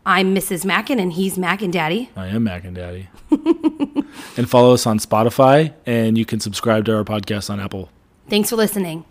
S1: I'm Mrs. Mackin, and he's Mackin Daddy.
S2: I am Mac and Daddy. and follow us on Spotify, and you can subscribe to our podcast on Apple.
S1: Thanks for listening.